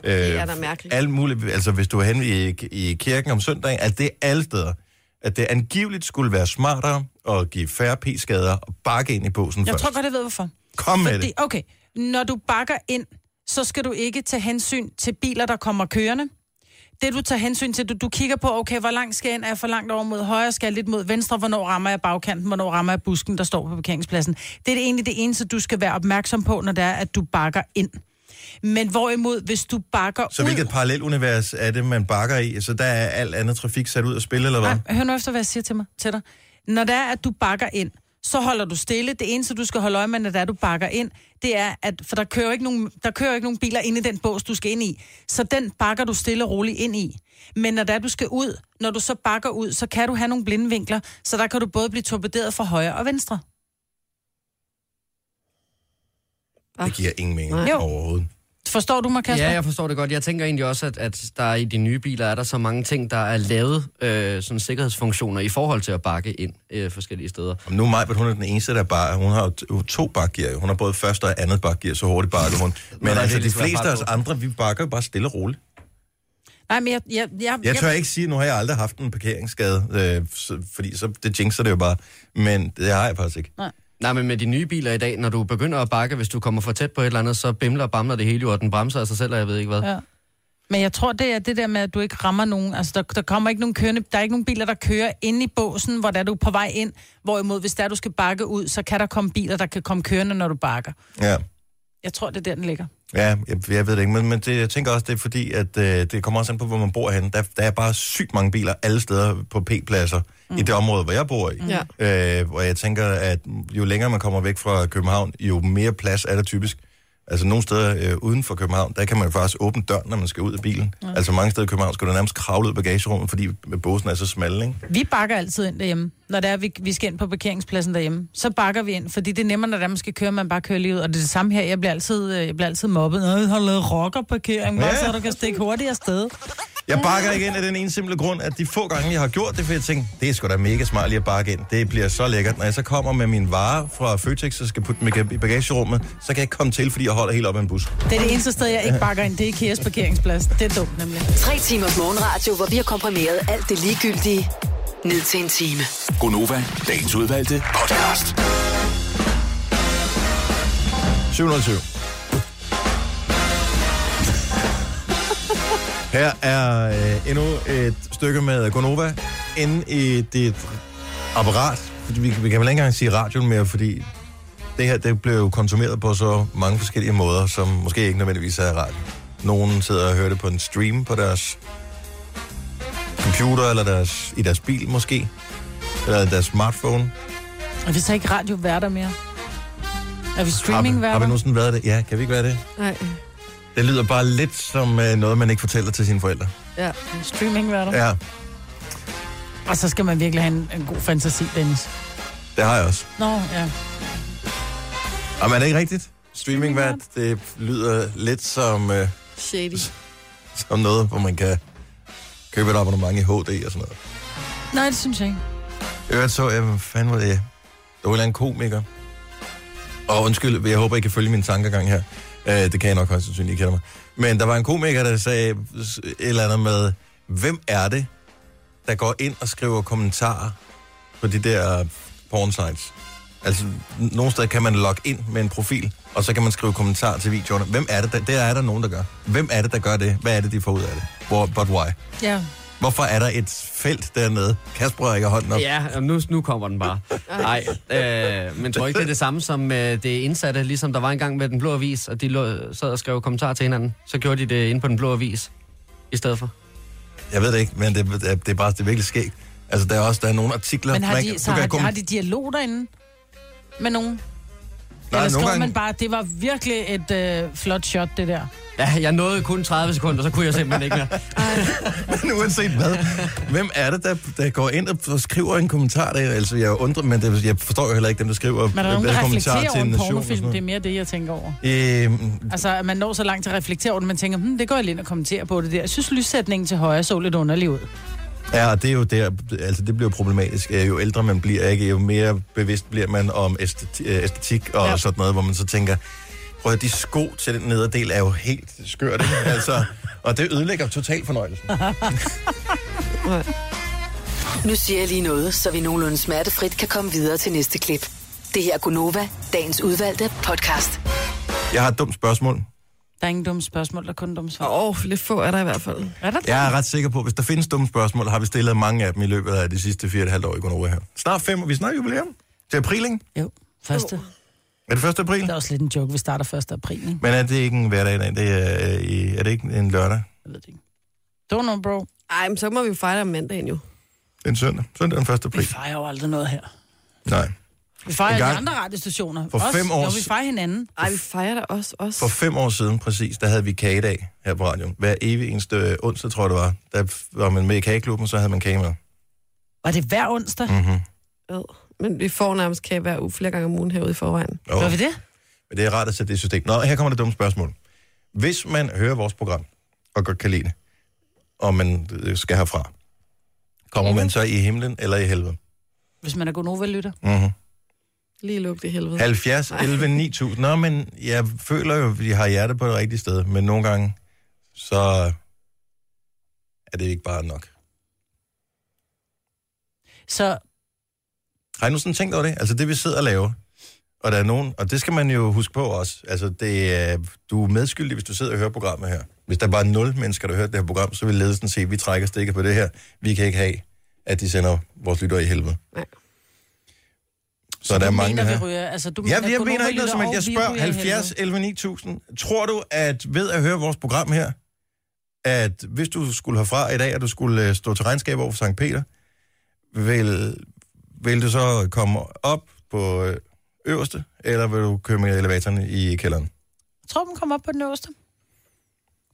Øh, det
er da mærkeligt.
Alt muligt, altså hvis du er henne i, i kirken om søndagen, altså det er alle steder. At det angiveligt skulle være smartere at give færre p-skader og bakke ind i båsen
Jeg
først.
tror godt, jeg ved, hvorfor.
Kom med
Fordi,
det.
okay, når du bakker ind, så skal du ikke tage hensyn til biler, der kommer kørende. Det, du tager hensyn til, du, du kigger på, okay, hvor langt skal jeg ind? Er jeg for langt over mod højre? Skal jeg lidt mod venstre? Hvornår rammer jeg bagkanten? Hvornår rammer jeg busken, der står på parkeringspladsen? Det er det egentlig det eneste, du skal være opmærksom på, når det er, at du bakker ind. Men hvorimod, hvis du bakker
Så
ud...
hvilket parallelunivers er det, man bakker i? Så der er alt andet trafik sat ud at spille, eller hvad?
Nej, hør nu efter, hvad jeg siger til, mig, til dig. Når det er, at du bakker ind, så holder du stille. Det eneste, du skal holde øje med, når det er, du bakker ind, det er, at for der kører, jo ikke nogen, der kører jo ikke nogen biler ind i den bås, du skal ind i. Så den bakker du stille og roligt ind i. Men når der du skal ud, når du så bakker ud, så kan du have nogle blinde vinkler, så der kan du både blive torpederet fra højre og venstre.
Det giver ingen mening
Jo.
overhovedet.
Forstår du mig, Kasper?
Ja, jeg forstår det godt. Jeg tænker egentlig også, at, at der i de nye biler er der så mange ting, der er lavet øh, sådan sikkerhedsfunktioner i forhold til at bakke ind øh, forskellige steder.
Og nu er Majbert, hun er den eneste, der bare... Hun har jo t- jo to bakgear. jo. Hun har både første og andet bakgear, så hurtigt bakker hun. Men
ligesom, der
altså, de
virkelig skal være
fleste af os
fart på.
andre, vi bakker jo bare stille og roligt.
Nej, men jeg... jeg, jeg,
Jeg tør ikke sige, nu har jeg aldrig haft en parkeringsskade, øh, så, fordi så, det jinxer det jo bare. Men det har jeg faktisk ikke.
Nej, men med de nye biler i dag, når du begynder at bakke, hvis du kommer for tæt på et eller andet, så bimler og bamler det hele jo, og den bremser af sig selv, og jeg ved ikke hvad.
Ja. Men jeg tror, det er det der med, at du ikke rammer nogen. Altså, der, der kommer ikke nogen kørende, der er ikke nogen biler, der kører ind i båsen, hvor der er du på vej ind. Hvorimod, hvis der er, du skal bakke ud, så kan der komme biler, der kan komme kørende, når du bakker.
Ja.
Jeg tror, det er der, den ligger.
Ja, jeg, jeg ved det ikke, men, men det, jeg tænker også, det er fordi, at øh, det kommer også an på, hvor man bor henne. Der, der er bare sygt mange biler alle steder på P-pladser mm. i det område, hvor jeg bor i.
Ja.
Øh, og jeg tænker, at jo længere man kommer væk fra København, jo mere plads er der typisk. Altså nogle steder øh, uden for København, der kan man jo faktisk åbne døren, når man skal ud af bilen. Mm. Altså mange steder i København skal du nærmest kravle ud af bagagerummet, fordi båsen er så smal, ikke?
Vi bakker altid ind derhjemme. Når det er, vi, vi skal ind på parkeringspladsen derhjemme, så bakker vi ind, fordi det er nemmere, når det er, man skal køre, man bare kører lige ud. Og det er det samme her, jeg bliver altid, øh, jeg bliver altid mobbet. Nå, jeg har lavet rockerparkering, bare
Ja.
så du kan stikke hurtigt afsted.
Jeg bakker ikke ind af den ene simple grund, at de få gange, jeg har gjort det, for jeg tænkte, det er sgu da mega smart lige at bakke ind. Det bliver så lækkert. Når jeg så kommer med mine varer fra Føtex, og skal putte dem i ga- i bagagerummet, så kan jeg ikke komme til, fordi jeg holder helt op af en bus.
Det er det eneste sted, jeg ikke bakker ind, det er Ikeas parkeringsplads. Det er dumt nemlig.
Tre timers morgenradio, hvor vi har komprimeret alt det ligegyldige ned til en time.
Gonova, dagens udvalgte podcast.
720. Her er øh, endnu et stykke med Gonova inde i dit apparat. Fordi Vi, vi kan vel ikke engang sige radioen mere, fordi det her det blev jo konsumeret på så mange forskellige måder, som måske ikke nødvendigvis er radio. Nogen sidder og hører det på en stream på deres computer, eller deres, i deres bil måske, eller deres smartphone.
Og vi så ikke radioværter mere? Er vi
Har vi, har vi
streamingværter?
nu sådan været det? Ja, kan vi ikke være det?
Nej.
Det lyder bare lidt som øh, noget, man ikke fortæller til sine forældre.
Ja.
Streamingværter. Ja.
Ja,
Og så skal man virkelig have en, en god fantasi, Dennis.
det har jeg også.
Nå, ja.
Og er det ikke rigtigt? Streamingvært, det lyder lidt som, øh,
Shady.
som noget, hvor man kan købe et abonnement i HD og sådan noget.
Nej, det synes jeg ikke.
I øvrigt så jeg, hvad fanden var det? Der var en eller anden komiker. Og undskyld, jeg håber, I kan følge min tankegang her. Øh, det kan jeg nok højst sandsynligt, I kender mig. Men der var en komiker, der sagde s- et eller andet med, hvem er det, der går ind og skriver kommentarer på de der porn sites? Altså, n- nogle steder kan man logge ind med en profil, og så kan man skrive kommentarer til videoerne. Hvem er det, der, der er der nogen, der gør? Hvem er det, der gør det? Hvad er det, de får ud af det? Hvor, but why?
Ja.
Hvorfor er der et felt dernede? Kasper rækker hånden op.
Ja, jamen nu, nu kommer den bare. Nej, øh, men tror ikke, det er det samme som øh, det indsatte, ligesom der var engang med Den Blå Avis, og de lå, sad og skrev kommentarer til hinanden. Så gjorde de det inde på Den Blå Avis i stedet for.
Jeg ved det ikke, men det, det, er- det er bare det er virkelig skægt. Altså, der er også der er nogle artikler...
Men har
man
de,
kan-
så
du kan
har, de,
komme-
har de dialog derinde med nogen?
Nej,
Eller
nogle
skriver
gange-
man bare, at det var virkelig et øh, flot shot, det der?
Ja, jeg nåede kun 30 sekunder, så kunne jeg simpelthen ikke mere.
Men uanset hvad, hvem er det, der, der går ind og- og skriver en kommentar der? Altså, jeg undrer, men det, jeg forstår jo heller ikke dem, der skriver
Men er der nogen, der
hvad kommentarer
reflekterer over
til en
en
nation. og
pornofilm?
sådan
Det er
noget.
mere det, jeg tænker over.
Øhm,
Altså, at man når så langt til at reflektere over det, man tænker, hmm, det går jeg lige ind og kommenterer på det der. Jeg synes, lyssætningen til højre så lidt underlig ud.
ja, og det er jo der, altså det bliver problematisk. Øh, Jo ældre man bliver, ikke, jo mere bevidst bliver man om æsteti- øh, æstetik og ja.
Ja.
sådan noget, hvor man så tænker, prøv at høre, de sko til den nederdel er jo helt skørt, ikke? altså, og det ødelægger totalt fornøjelsen.
Nu siger jeg lige noget, så vi nogenlunde smertefrit kan komme videre til næste klip. Det her er Gunova, dagens udvalgte podcast.
Jeg har et dumt spørgsmål.
Der er ingen dumme spørgsmål, der er kun dumme svar.
Åh, oh, lidt få er der i hvert fald.
Er der det?
Jeg er ret sikker på, at hvis der findes dumme spørgsmål, har vi stillet mange af dem i løbet af de sidste 4,5 år i Gonova her. Snart fem, og vi snakker jubilæum. Til april, ikke?
Jo, første.
Er det 1. april?
Det er også lidt en joke, vi starter 1. april, ikke?
Men er det ikke en hverdag i dag? Det er, øh, i- er det ikke en lørdag?
Jeg ved det ikke. Don't know, bro.
Ej, men så må vi jo fejre det om mandagen jo.
Det er en søndag. Søndag den 1.
Vi
april.
fejrer jo aldrig noget her.
Nej.
Vi fejrer
En gang-
de andre radiostationer.
For
også,
fem år
Når vi
s-
fejrer hinanden.
Ej, vi fejrer da også os.
For fem år siden præcis, der havde vi kagedag her på radioen. Hver evig eneste øh, onsdag, tror jeg det var, der f- var man med i kageklubben, så havde man kage med.
Var det hver onsdag? Mm.
Mm-hmm.
Ad. Men vi får nærmest kage hver uge flere gange om ugen herude i forvejen.
Og,
Gør vi det?
men det er rart at sætte det i system. Nå, her kommer det dumme spørgsmål. Hvis man hører vores program, og godt kan lide det, og man øh, skal herfra, kommer man så i himlen eller i helvede?
Hvis man er god Nova-lytter.
Mm-hmm.
Lige lugt i helvede.
70, 11, 9000. Nå, men jeg føler jo, at vi har hjertet på det rigtige sted, men nogle gange, så er det ikke bare nok.
Så
Har I nu sådan tænkt over det? Altså det, vi sidder og laver, og der er nogen, og det skal man jo huske på også. Altså det, er- du er medskyldig, hvis du sidder og hører programmet her. Hvis der bare er nul mennesker, der hører det her program, så vil ledelsen se, at vi trækker stikker på det her. Vi kan ikke have, at de sender vores lyttere i helvede.
Nej.
Så, så der er
du
mange
mener,
her.
vi ryger. Altså, du
Ja,
mener,
jeg
kun
mener
Nova
ikke noget, som
lytter,
at jeg
og vi
spørger
ryger i
70
helvede.
11 9000. Tror du, at ved at høre vores program her, at hvis du skulle herfra i dag, og du skulle øh, stå til regnskab over for Sankt Peter, vil, vil du så komme op på øh, øverste, eller vil du køre med elevatoren i kælderen?
Jeg tror, man kommer op på den øverste.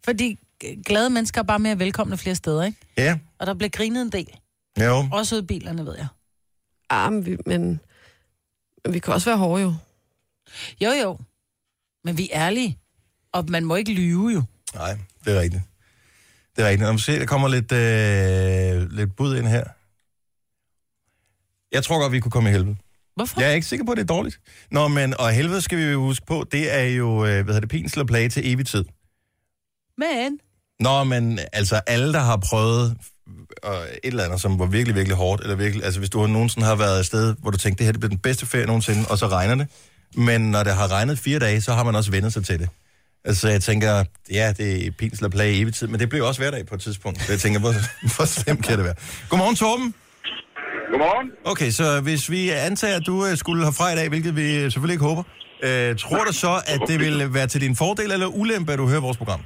Fordi g- glade mennesker er bare mere velkomne flere steder, ikke?
Ja,
Og der bliver grinet en del.
jo.
Også ude i bilerne, ved jeg.
Ah, men, vi, men, men vi kan også være hårde jo.
Jo, jo. Men vi er ærlige. Og man må ikke lyve, jo.
Nej, det er rigtigt. Det er rigtigt. Om se, der kommer lidt, øh, lidt bud ind her. Jeg tror godt, vi kunne komme i helvede.
Hvorfor?
Jeg er ikke sikker på, at det er dårligt. Nå, men, og helvede skal vi jo huske på, det er jo, øh, hvad hedder det, pinsel og plage til evig tid.
Men
Nå, men altså alle, der har prøvet øh, et eller andet, som var virkelig, virkelig hårdt, eller virkelig, altså hvis du nogensinde har været et sted, hvor du tænkte, det her det bliver den bedste ferie nogensinde, og så regner det. Men når det har regnet fire dage, så har man også vendt sig til det. Altså jeg tænker, ja, det er pinsel og plage i evig tid, men det blev også hverdag på et tidspunkt. Så jeg tænker, hvor, hvor slemt kan det være? Godmorgen, Torben.
Godmorgen.
Okay, så hvis vi antager, at du øh, skulle have fra i dag, hvilket vi øh, selvfølgelig ikke håber, øh, tror du så, at det vil være til din fordel eller ulempe, at du hører vores program?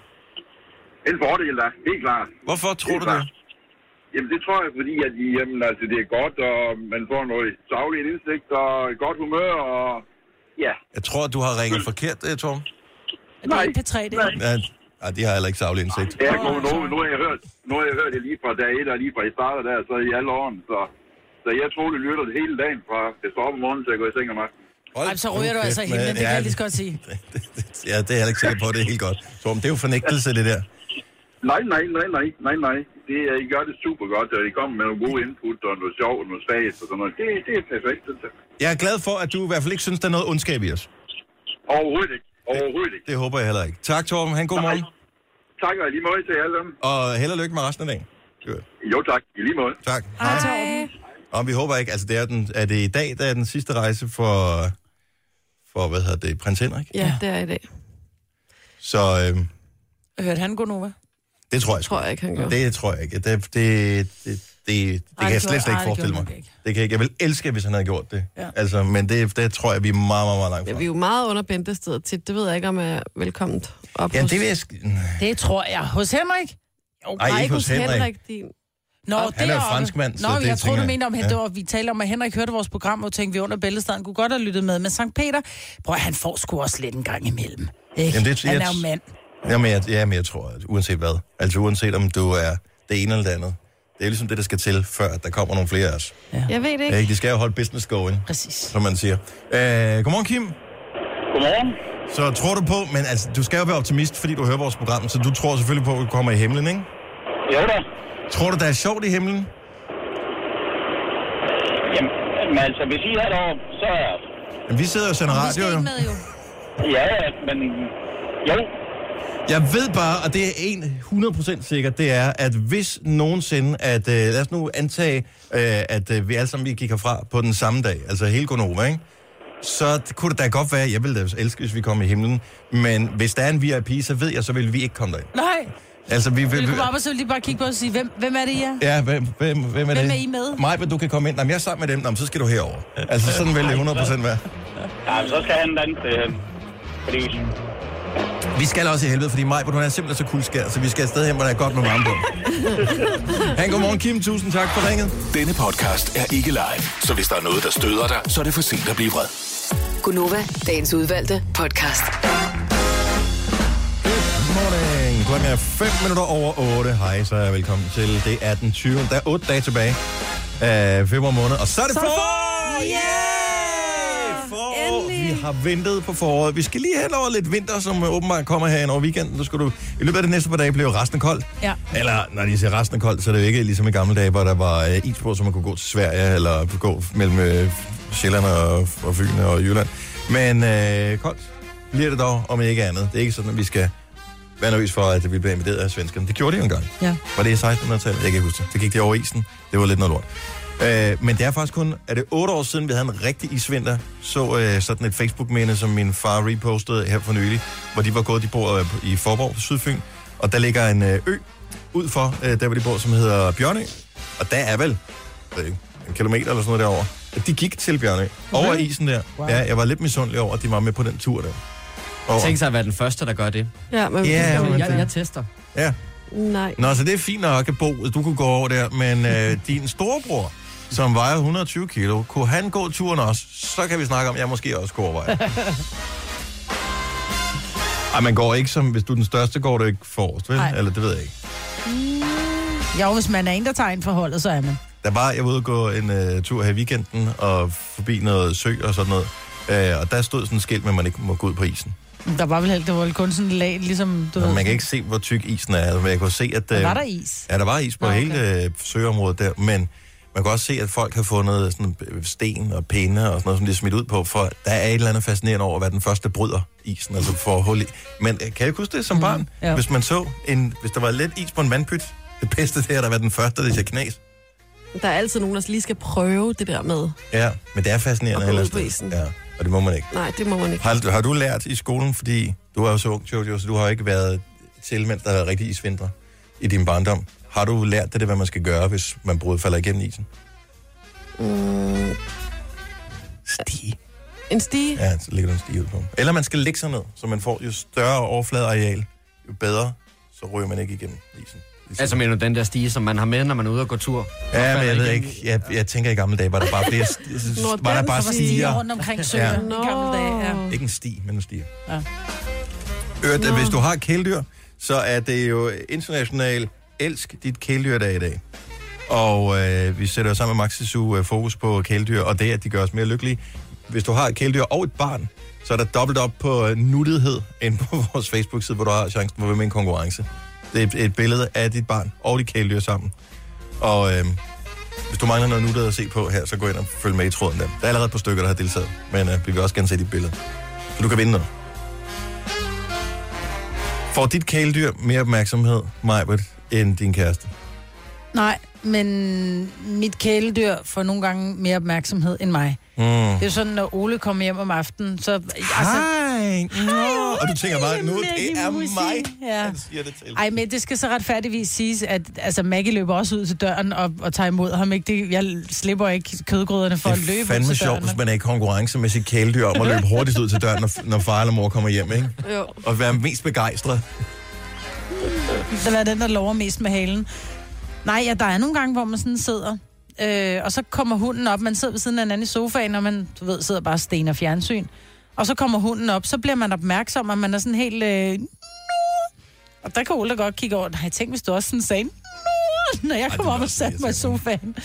En fordel, da. Helt klart.
Hvorfor tror
Helt
du
klart.
det?
Jamen, det tror jeg, fordi at, jamen, altså, det er godt, og man får noget savligt indsigt og et godt humør, og ja.
Jeg tror, at du har ringet forkert, øh, Torben.
det er ikke P3, det er.
Ja, nej, de har heller ikke savlig indsigt.
Ja, nu, nu, nu, har jeg hørt, nu har jeg hørt det lige fra dag 1 og lige fra I starter der, så i alle årene. Så, så jeg tror, det lytter det hele dagen fra jeg står op om morgenen til jeg går i seng om aftenen.
Hold
Ej, så ryger du
kæft,
altså i
mand.
himlen, det
Ja,
kan jeg lige så godt sige.
Ja, det er jeg heller ikke sikker på, det er helt godt. Torben, det er jo fornægtelse, det der.
Nej, nej, nej, nej, nej, nej. Det, er- I gør det super godt, og I kommer med nogle gode input og noget sjov og noget svagt og sådan noget. Det, det er perfekt, synes jeg.
Jeg er glad for, at du i hvert fald ikke synes, der er noget ondskab i os.
Overhovedet ikke. Overhovedet ikke.
Det håber jeg heller ikke. Tak, Torben. Han god morgen.
Tak og i lige måde til jer alle dem.
Og held og lykke med resten af dagen. Jo,
Jo tak, i lige måde.
Tak. Hej.
Torben.
Og vi håber ikke, altså det er, den, er det i dag, der er den sidste rejse for, for hvad hedder det, prins Henrik?
Ja, ja. det er i dag.
Så øh,
Hørte han god Nova?
det tror jeg sgu.
Tror jeg ikke, han gør.
Det tror jeg ikke. Det, det, det, det, det kan jeg
det gjorde-
slet, slet
ej,
ikke
det
forestille
gjorde
mig.
han nok ikke.
Det kan jeg ikke. Jeg vil elske, hvis han havde gjort det.
Ja.
Altså, men det, det tror jeg, vi er meget, meget, meget langt
Ja,
fra.
vi er jo meget under bæntestedet tit. Det ved jeg ikke, om jeg er velkomment op
Ja,
hos-
det vil jeg... sk-
Det tror jeg. Hos Henrik? Jo,
Ej, ikke hos Henrik.
din.
Nå,
Han
er jo
deroppe.
franskmand, så
Nå,
det
jeg tror,
tænker
du
jeg-
mente om, at
ja.
ja. vi talte om, at Henrik hørte vores program, og tænkte, vi under bæltestaden kunne godt have lyttet med. Men Sankt Peter, prøv at han får sgu også lidt en gang imellem. Ikke?
Jamen, det-
han
jeg-
er jo mand.
Jamen, jeg, jamen, jeg tror, at uanset hvad. Altså, uanset om du er det ene eller det andet. Det er ligesom det, der skal til, før at der kommer nogle flere af os.
Jeg ved det ikke.
Ikke? De skal jo holde business going,
Præcis.
som man siger. Øh, godmorgen, Kim.
Godmorgen.
Så tror du på, men altså, du skal jo være optimist, fordi du hører vores program, så du tror selvfølgelig på, at du kommer i himlen, ikke?
Jo da.
Tror du, der er sjovt i himlen?
Jamen, men altså, hvis I har lov, så...
Men vi sidder jo og sender
Vi skal
radio, jo.
ikke med jo.
Ja, ja, men... Jo,
Jeg ved bare, og det er en 100% sikkert, det er, at hvis nogensinde, at øh, lad os nu antage, øh, at øh, vi alle sammen vi gik herfra på den samme dag, altså hele Gonova, ikke? så t- kunne det da godt være, jeg ville da elske, hvis vi kom i himlen, men hvis der er en VIP, så ved jeg, så vil vi ikke komme derind.
Nej,
Altså, vi
vi
vil...
kunne bare op og så lige bare kigge på os og sige, hvem, hvem er det, I er?
Ja, hvem, hvem, hvem er det?
Hvem er I med?
Mig, men du kan komme ind. Jamen, jeg er sammen med dem. Jamen, så skal du herover. Altså, sådan vil det 100% være.
øh, ja, så skal han danse det hen. Fordi
Vi skal også i helvede, fordi Maj, hun er simpelthen så kuldskær, så vi skal afsted hen, hvor der er godt med varme på. Han, godmorgen Kim. Tusind tak for ringet.
Denne podcast er ikke live, så hvis der er noget, der støder dig, så er det for sent at blive vred.
Gunova, dagens udvalgte podcast.
Morning. Klokken er 5 minutter over 8. Hej, så er velkommen til. Det er den 20. Der er 8 dage tilbage af februar måned. Og så er det forår! Yeah! Forår! Vi har ventet på foråret. Vi skal lige hen over lidt vinter, som øh, åbenbart kommer her ind over weekenden. Så skal du i løbet af de næste par dage blive resten koldt.
Ja.
Eller når de siger resten koldt, så er det jo ikke ligesom i gamle dage, hvor der var øh, is på, så man kunne gå til Sverige, eller gå mellem øh, Sjælland og, og Fyn og Jylland. Men øh, koldt bliver det dog, om ikke andet. Det er ikke sådan, at vi skal være nervøs for, at vi bliver invaderet af svenskerne. Det gjorde de jo engang.
Ja.
Var det i 1600-tallet? Jeg kan ikke huske det. Så gik det over isen. Det var lidt noget lort. Øh, men det er faktisk kun, er det otte år siden, vi havde en rigtig isvinter, så øh, sådan et Facebook-minde, som min far repostede her for nylig, hvor de var gået, de bor øh, i Forborg på Sydfyn, og der ligger en øh, ø ud for, øh, der hvor de bor, som hedder Bjørnø, og der er vel jeg ved ikke, en kilometer eller sådan noget derovre. De gik til Bjørnø, over isen der. Wow. Ja, jeg var lidt misundelig over, at de var med på den tur der. Over.
Tænk sig at være den første, der gør det.
Ja, men
Øh, Ja, men-
Jeg, jeg tester.
Ja.
nej.
Nå, så det er fint nok, at Bo, du kunne gå over der, men øh, din storebror, som vejer 120 kilo, kunne han gå turen også? Så kan vi snakke om, at jeg måske også kunne overveje. det. Ej, man går ikke som, hvis du er den største, går du ikke forrest, vel?
Nej.
Eller det ved jeg ikke.
Jo, hvis man er en, der tager ind for holdet, så er man.
Der var, jeg var ude og gå en øh, tur her i weekenden, og forbi noget sø og sådan noget. Øh, og der stod sådan et skilt med, at man ikke må gå ud på isen.
Der var vel helt, det var kun sådan en lag, ligesom du
Nå,
ved.
man kan ikke se, hvor tyk isen er, men jeg kunne se, at...
Der
øh,
var der is.
Ja, der var is på
Nå,
okay.
okay.
hele øh, søgeområdet der, men man kan også se, at folk har fundet sådan øh, sten og pinde og sådan noget, som de er smidt ud på, for der er et eller andet fascinerende over at være den første, der bryder isen, altså får hul i. Men øh, kan jeg huske det som barn?
ja.
Hvis man så, en, hvis der var lidt is på en vandpyt, det bedste det er, at være den første, der siger knas.
Der er altid nogen, der lige skal prøve det der med.
Ja, men det er fascinerende.
Og gå ud
ellers
på
det.
isen.
Ja, og det må man ikke.
Nej, det må man ikke.
Har, har du lært i skolen, fordi du er jo så ung, Jojo, så du har jo ikke været til, mens der har været rigtig isvintre i din barndom. Har du lært det, det, hvad man skal gøre, hvis man brød falder igennem isen?
Mm,
Stige.
en stige?
Ja, så ligger der en stige ud på. Eller man skal ligge sig ned, så man får jo større overfladeareal, jo bedre, så ryger man ikke igennem isen. Ligesom-
Altså mener du den der stige, som man har med, når man er ude og går tur?
ja, men jeg
falder
ved
igennem.
ikke. Jeg, jeg tænker i gamle dage, var der bare flere st-
Nå,
var der
den
bare
Der var stiger
stiger.
rundt omkring søer ja. i gamle dage. Ja.
Ikke en sti, men en stiger.
Ja.
Øret, hvis du har kæledyr, så er det jo international elsk dit kæledyrdag i dag. Og øh, vi sætter jo sammen med Maxisu øh, fokus på kæledyr, og det, at de gør os mere lykkelige. Hvis du har et kæledyr og et barn, så er der dobbelt op på øh, nuttighed inde på vores Facebook-side, hvor du har chancen for at være med i en konkurrence. Det er et, et billede af dit barn og dit kæledyr sammen. Og øh, hvis du mangler noget nuttighed at se på her, så gå ind og følg med i tråden der. Der er allerede et par stykker, der har deltaget, men øh, vi vil også gerne se dit billede. Så du kan vinde noget. Får dit kæledyr mere opmærksomhed, Majbert, end din kæreste?
Nej, men mit kæledyr får nogle gange mere opmærksomhed end mig.
Mm.
Det er jo sådan, når Ole kommer hjem om aftenen, så...
Ah.
Altså,
Hej! Nå. Og du tænker bare, nu det er
Musi.
mig,
Ja.
han siger det til.
ej, men det skal så retfærdigvis siges, at altså, Maggie løber også ud til døren og, og tager imod ham. Ikke? Det, jeg slipper ikke kødgryderne for at
det er
løbe ud
fandme
til døren.
sjovt, hvis man er i konkurrence med sit kæledyr om at løbe hurtigst ud til døren, når, når far eller mor kommer hjem, ikke?
Jo.
Og være mest begejstret.
Så være den, der lover mest med halen. Nej, ja, der er nogle gange, hvor man sådan sidder, øh, og så kommer hunden op. Man sidder ved siden af hinanden i sofaen, og man du ved, sidder bare og stener fjernsyn. Og så kommer hunden op, så bliver man opmærksom, og man er sådan helt... Øh, "Nu." og der kan Ole godt kigge over, nej, tænk, hvis du også sådan sagde, "Nu," når jeg
det
kom
var
op og
også
satte mig i sofaen.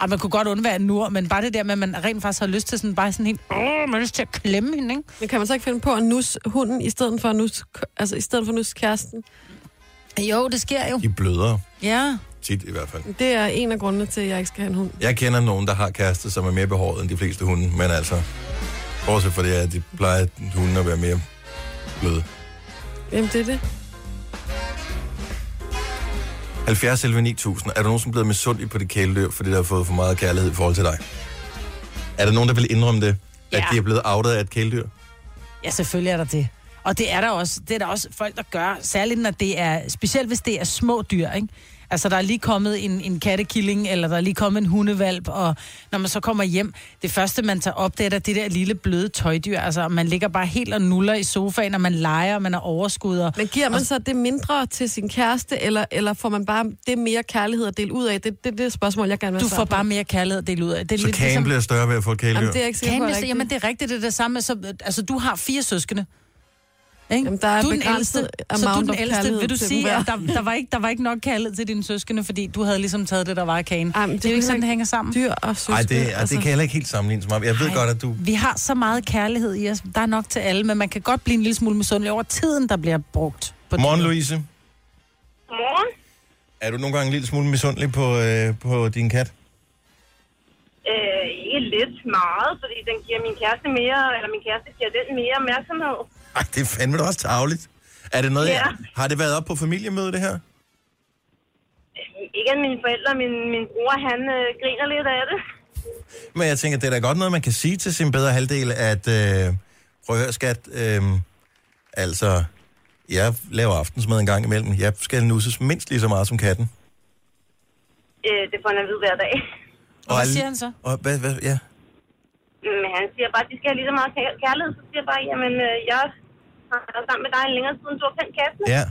Ej, man kunne godt undvære en nur, men bare det der med, at man rent faktisk har lyst til sådan, bare sådan helt, åh, man har lyst til at klemme hende, ikke?
Men kan man så ikke finde på at nus hunden, i stedet for at nus, altså, i stedet for at nus kæresten?
Jo, det sker jo.
De bløder
Ja.
tit i hvert fald.
Det er en af grundene til, at jeg ikke skal have en hund.
Jeg kender nogen, der har kærester, som er mere behåret end de fleste hunde, men altså, bortset fra det, at de plejer hundene at være mere bløde.
Jamen, det er det.
70 11 9000. Er der nogen, som er blevet misundelig på det kæledyr, fordi der har fået for meget kærlighed i forhold til dig? Er der nogen, der vil indrømme det? At
Ja.
de er blevet outet af et kæledyr?
Ja, selvfølgelig er der det. Og det er der også, det er der også folk, der gør, særligt når det er, specielt hvis det er små dyr, ikke? Altså, der er lige kommet en, en kattekilling, eller der er lige kommet en hundevalp, og når man så kommer hjem, det første, man tager op, det er da det der lille bløde tøjdyr. Altså, og man ligger bare helt og nuller i sofaen, og man leger, og man er overskud. Og...
Men giver man så det mindre til sin kæreste, eller, eller får man bare det mere kærlighed at dele ud af? Det er det, det er det spørgsmål, jeg gerne vil
Du
svare
får
på.
bare mere kærlighed at dele ud af. Det er ligesom-
Så kagen bliver større ved at få et kæledyr.
Jamen, det er jeg ikke sikker
Kan
på,
hvis
er
det, jamen
rigtigt.
det er rigtigt, det er det samme. Så, altså, du har fire søskende. Ikke?
Jamen, der er
du er den
begrænset
ældste, så du er
amount
den
of
ældste.
kærlighed
Vil du
til dem
sige,
hver?
at der, der, var ikke, der var ikke nok kærlighed til dine søskende, fordi du havde ligesom taget det, der var af kagen?
Ej, men
det, det er jo ikke sådan, det hænger sammen.
Dyr og søskende.
Nej, det, altså. det kan jeg heller ikke helt sammenligne så meget. Jeg ved
Ej.
godt, at du...
Vi har så meget kærlighed i os. Der er nok til alle, men man kan godt blive en lille smule misundelig over tiden, der bliver brugt. På
Morgen,
dyr.
Louise.
Morgen.
Er du nogle gange en lille smule misundelig på, øh, på din kat?
Øh, ikke lidt meget, fordi den giver min kæreste mere, eller min kæreste giver den mere opmærksomhed.
Ej, det er fandme da også tageligt. Er det noget,
Ja.
jeg... Har det været op på familiemøde, det her?
Ikke at mine forældre, min, min bror, han øh, griner lidt af det.
Men jeg tænker, det er da godt noget, man kan sige til sin bedre halvdel, at øh, prøv at høre, skat, øh, altså, jeg laver aftensmad en gang imellem. Jeg skal nusses mindst lige så meget som katten.
Øh, det får han at vide hver dag.
Og hvad
al-
siger han så?
Og, hvad, hvad, ja.
Men han siger bare, at de skal have lige så meget kær- kærlighed. Så siger jeg bare, jamen, øh, jeg har været sammen med dig en længere tid, end du har kendt katten.
Ja,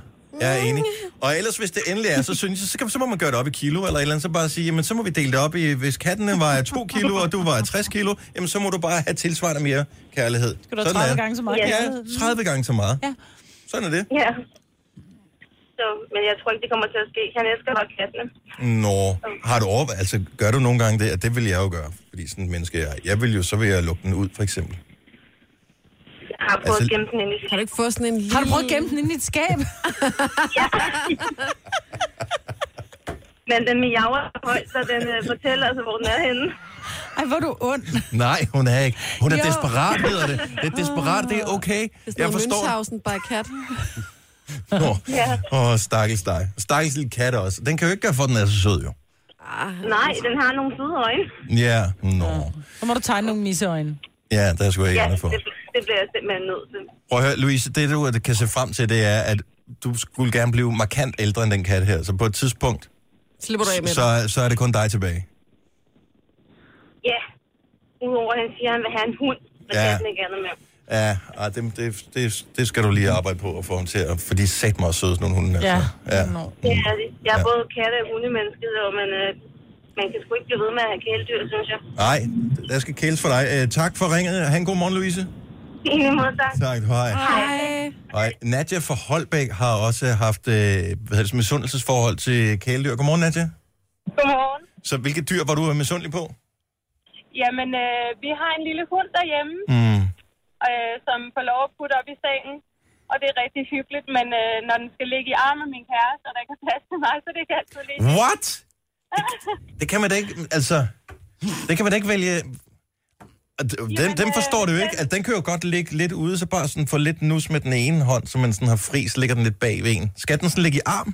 jeg er enig. Og ellers, hvis det endelig er, så synes jeg, så, kan, så må man gøre det op i kilo eller et eller andet, så bare sige, jamen så må vi dele det op i, hvis katten var 2 kilo, og du var 60 kilo, jamen så må du bare have tilsvarende mere kærlighed.
Skal du have 30 gange så meget
Ja,
kærlighed?
30 gange så meget.
Ja.
Sådan er det.
Ja. Så, men jeg tror ikke, det kommer til at ske. Han elsker nok kattene.
Nå, har du over, altså gør du nogle gange det, at det vil jeg jo gøre, fordi sådan et menneske jeg er. Jeg vil jo, så vil jeg lukke den ud, for eksempel.
Jeg har prøvet
Altså-
at gemme den ind i
Kan du ikke få sådan en lille...
Har du prøvet at gemme den inde i et skab?
Men den miaver højt, så den øh, fortæller altså, hvor den er henne.
Ej, hvor er du ond.
Nej, hun er ikke. Hun er
Jo.
desperat, hedder det. Det er desperat, det er okay.
Sådan
Jeg
noget
forstår.
Münchhausen by cat.
Åh, oh, stakkels dig. Stakkels lille kat også. Den kan jo ikke gøre for, at den er så sød, jo.
Ah. Nej, den har nogle søde øjne.
Ja, nå.
Så må du tegne nogle misseøjne.
Ja, der skulle jeg
Ja,
gerne for.
det, det bliver jeg simpelthen nødt til.
Prøv at høre, Louise, det du kan se frem til, det er, at du skulle gerne blive markant ældre end den kat her. Så på et tidspunkt,
Slipper du af med det?
så, så er det kun dig tilbage.
Ja, udover at han siger, at han vil have en hund, men
Ja.
ja. katten ikke andet med.
Ja, ah, det, det, det, det skal du lige arbejde på at få ham til, at- for de er sat mig søde, sådan nogle hunde.
Ja.
Altså.
Nå.
Det er, det. jeg er
Ja.
både katte- og hundemenneske, og man, øh, man kan sgu ikke blive ved med at have kæledyr, synes jeg.
Nej, der skal kæles for dig. Øh, tak for ringet. Ha' en god morgen, Louise.
I lige måde, tak.
Tak, hej.
Hej.
hej. Nadja fra Holbæk har også haft øh, hvad hedder det, misundelsesforhold til kæledyr. Godmorgen, Nadja.
Godmorgen.
Så hvilke dyr var du øh, misundelig på?
Jamen, øh, vi har en lille hund derhjemme,
Mm.
øh, som får lov at putte op i sengen. Og det er rigtig hyggeligt, men øh, når den skal ligge i armen af min kæreste, og der kan passe til mig, så det kan altid lige.
What? Det, det kan man da ikke, altså... Det kan man da ikke vælge... Og d- Den,
Jamen,
den
øh,
forstår det jo
den-
ikke. Altså, den kan jo godt ligge lidt ude, så bare sådan få lidt nus med den ene hånd, så man sådan har fri, så ligger den lidt bag ved en. Skal den sådan ligge i arm?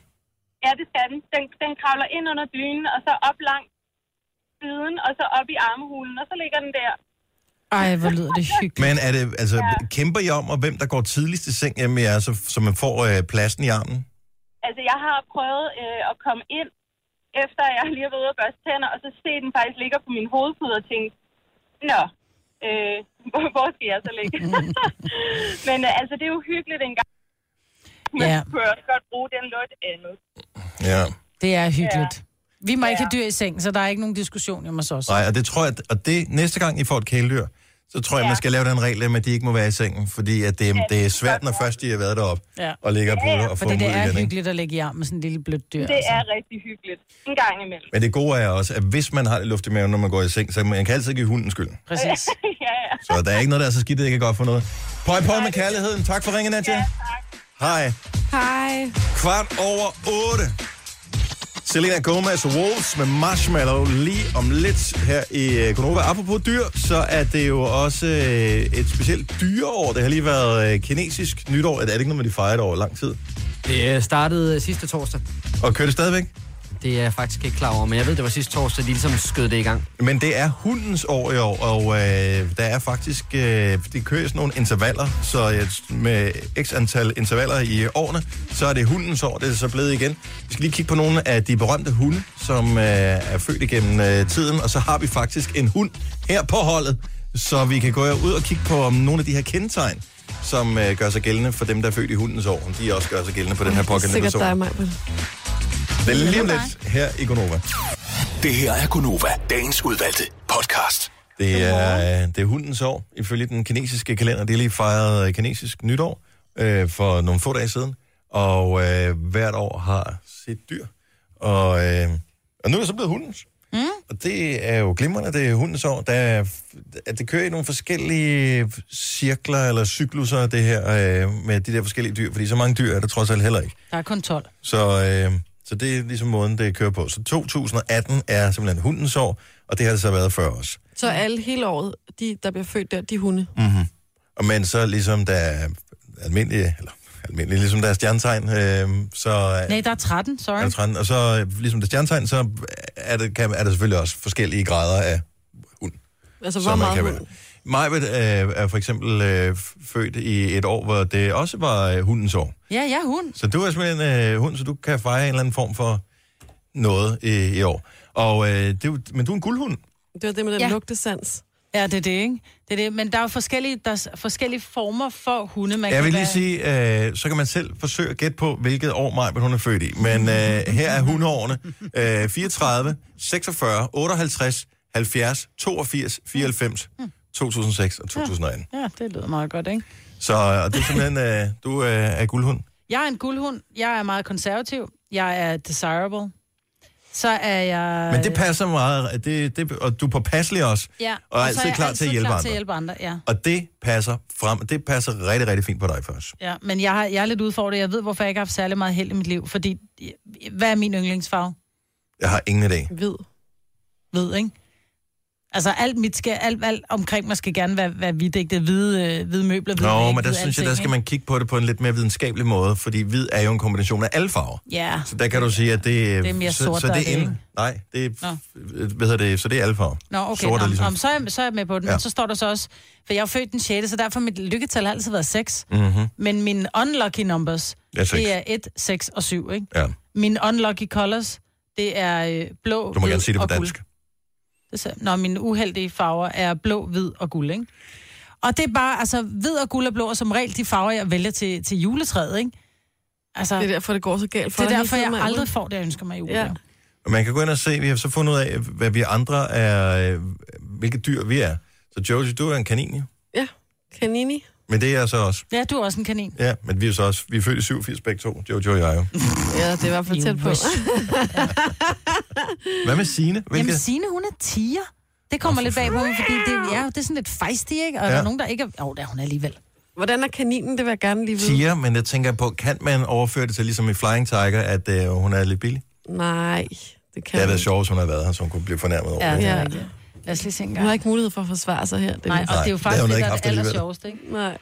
Ja, det skal den. Den, den kravler ind under dynen, og så op langs siden, og så op i armhulen, og så ligger den der.
Ej, hvor lyder det hyggeligt.
Men er det, altså, ja. kæmper I om, og hvem der går tidligst i seng hjemme med jer, så, så man får øh, pladsen i armen?
Altså, jeg har prøvet øh, at komme ind, efter jeg lige har været ude og børste tænder, og så se den faktisk ligger på min hovedpude og tænke, nå, øh, hvor, hvor skal jeg så ligge? Men øh, altså, det er jo hyggeligt engang. Man
Ja.
ja. kunne også godt bruge den lidt andet.
Ja.
Det er hyggeligt. Vi må ikke have dyr i sengen, så der er ikke nogen diskussion hjemme hos os.
Nej, og det tror jeg, og det, næste gang I får et kæledyr, så tror jeg, ja. man skal lave den regel med, at de ikke må være i sengen, fordi at det, det er svært, når først de har været deroppe
Ja.
og ligger og putter og får
Fordi
dem ud
det er
igen. Ikke?
hyggeligt at lægge i arm med sådan en lille blødt dyr. altså.
Det er rigtig hyggeligt. En gang imellem.
Men det gode er også, at hvis man har det luft i maven, når man går i seng, så man kan altid give hunden skyld.
Præcis.
ja, ja.
Så der er ikke noget, der er så skidt, det ikke er godt for noget. Pøj, pøj med kærligheden. Tak for ringen, Nadja. Ja, Hej.
Hej.
Kvart over 8. Selena Gomez og Wolves med Marshmallow lige om lidt her i Konoba. Apropos dyr, så er det jo også øh, et specielt dyreår. Det har lige været øh, kinesisk nytår. Er det ikke noget, man de fejrer det over lang tid?
Det øh, startede øh, sidste torsdag.
Og kører det stadigvæk?
Det er jeg faktisk ikke klar over, men jeg ved, det var sidste torsdag, de ligesom skød det i gang.
Men det er hundens år i år, og øh, der er faktisk, øh, det kører i sådan nogle intervaller, så øh, med x antal intervaller i årene, så er det hundens år, det er så blevet igen. Vi skal lige kigge på nogle af de berømte hunde, som øh, er født igennem øh, tiden, og så har vi faktisk en hund her på holdet, så vi kan gå ud og kigge på om nogle af de her kendetegn, som øh, gør sig gældende for dem, der er født i hundens år, om de også gør sig gældende for den her pågældende
Sikkert
person.
dig, Michael.
Det er lige om lidt her i Gonova.
Det her er Gonova, dagens udvalgte podcast.
Det er, øh, det er hundens år, ifølge den kinesiske kalender. Det er lige fejret øh, kinesisk nytår øh, for nogle få dage siden. Og øh, hvert år har sit dyr. Og, øh, og nu er det så blevet hundens. Mm. Og det er jo glimrende, det er hundens år. Der er, at det kører i nogle forskellige cirkler eller cykluser, det her, øh, med de der forskellige dyr. Fordi så mange dyr er der trods alt heller ikke.
Der er kun 12.
Så, øh, så det er ligesom måden, det kører på. Så 2018 er simpelthen hundens år, og det har det så været før også.
Så
Mm.
alle hele året, de, der bliver født der, de er hunde.
Mm. Og men så ligesom der er almindelige, eller almindelige, ligesom der er stjernetegn, øh, så er
Nej, der er 13, sorry.
der 13, og så øh, ligesom der er stjernetegn, så er, det, kan, er der selvfølgelig også forskellige grader af hund.
Altså, hvor
som man
meget
kan
hund?
være. Majbet øh, er for eksempel øh, født i et år, hvor det også var øh, hundens år.
Ja, jeg er hund.
Så du er simpelthen øh, hund, så du kan fejre en eller anden form for noget i, i år. Og, øh, det, er jo- men du er en guldhund.
Det var det med den
Ja.
ja. lugtesans.
Ja, det er det, ikke? Det er det. Men der er jo forskellige, der er forskellige former for hunde. Man
Jeg
kan
vil lige
være-
sige, øh, så kan man selv forsøge at gætte på, hvilket år Majbet hun er født i. Men øh, her er hundeårene. Øh, 34, 46, 58, 70, 82, 94, 2006 og 2018.
Ja, det lyder meget godt, ikke?
Så øh, og det er simpelthen, øh, du øh, er guldhund.
Jeg er en guldhund. Jeg er meget konservativ. Jeg er desirable. Så er jeg...
Men det passer meget, det, det, og du er påpasselig også.
ja.
og er
så
altid
jeg
klar til at hjælpe
klar
andre.
Til at hjælpe andre. Ja.
Og det passer frem, det passer rigtig, rigtig fint på dig først.
ja. Men jeg, har, jeg er lidt udfordret. Jeg ved, hvorfor jeg ikke har haft særlig meget held i mit liv. Fordi, hvad er min yndlingsfarve?
Jeg har ingen idé.
Hvid.
Hvid, ikke? Altså alt, mit skal, alt, alt omkring mig skal gerne være, være hvidt, ikke? Det er hvide, øh, hvide møbler, hvide
Nå,
vægge,
men der
hvide
synes jeg,
alting,
der skal
ikke?
man kigge på det på en lidt mere videnskabelig måde, fordi hvid er jo en kombination af alle farver.
Ja,
Så der kan du sige, at det...
Det er mere sort,
så, så
der er
det
det,
ind-
ikke?
Nej, det er... Hvad hedder det? Så det er alfa.
Nå, okay.
Sort er
Nå,
ligesom-
ligesom... om, så, er jeg, så er jeg med på den. Ja.
Ja.
Men så står der så også... For jeg er jo født den 6., så derfor mit lykketal har altid været 6. Mm-hmm. Men mine unlucky numbers,
Det er seks.
det er 1, 6 og 7, ikke?
Ja,
Mine unlucky colors, det er øh, blå,
du må
hvid
gerne sige det på
og guld.
dansk.
Det ser- Nå, mine uheldige farver er blå, hvid og guld, ikke? Og det er bare, altså, hvid og guld og blå er som regel de farver, jeg vælger til, til juletræet, ikke? Altså,
Det er
det,
derfor, det går så galt for
det er
dig hele
derfor,
tiden,
jeg
Maja.
aldrig får det, jeg ønsker mig i jule.
Ja.
Ja.
Og man kan gå ind og se, vi har så fundet ud af, hvad vi andre er, øh, hvilke dyr vi er. Så Jojo, du er en kanin, jo.
Ja, Canini.
Men det er jeg så også.
ja, du er også en kanin.
Ja, men vi er så også, vi er født i 87 begge to, Jojo og jeg jo.
Ja, det er i hvert fald tæt på.
Yes.
Hvad med Signe? Hvilke?
Jamen, Signe, hun er tiger. Det kommer lidt bag på mig, fordi det, ja, det er sådan lidt fejstig, ikke? Og
Ja.
ja. der er nogen, der ikke er... Åh, oh, der er hun alligevel.
Hvordan er kaninen? Det vil jeg gerne lige vide.
Tiger, men jeg tænker på, kan man overføre det til ligesom i Flying Tiger, at øh, hun er lidt billig?
Nej, det kan
Det er
man
da
ikke.
sjovt, hun har været her, så hun kunne blive fornærmet over det.
det
Ja.
er rigtigt. Lad os lige se en
Hun har
gang.
ikke mulighed for at forsvare sig her. Det
Nej, og det er jo
det har
faktisk
hun
det,
ikke
der er
haft
det aller
alligevel.
sjoveste, ikke?
Nej.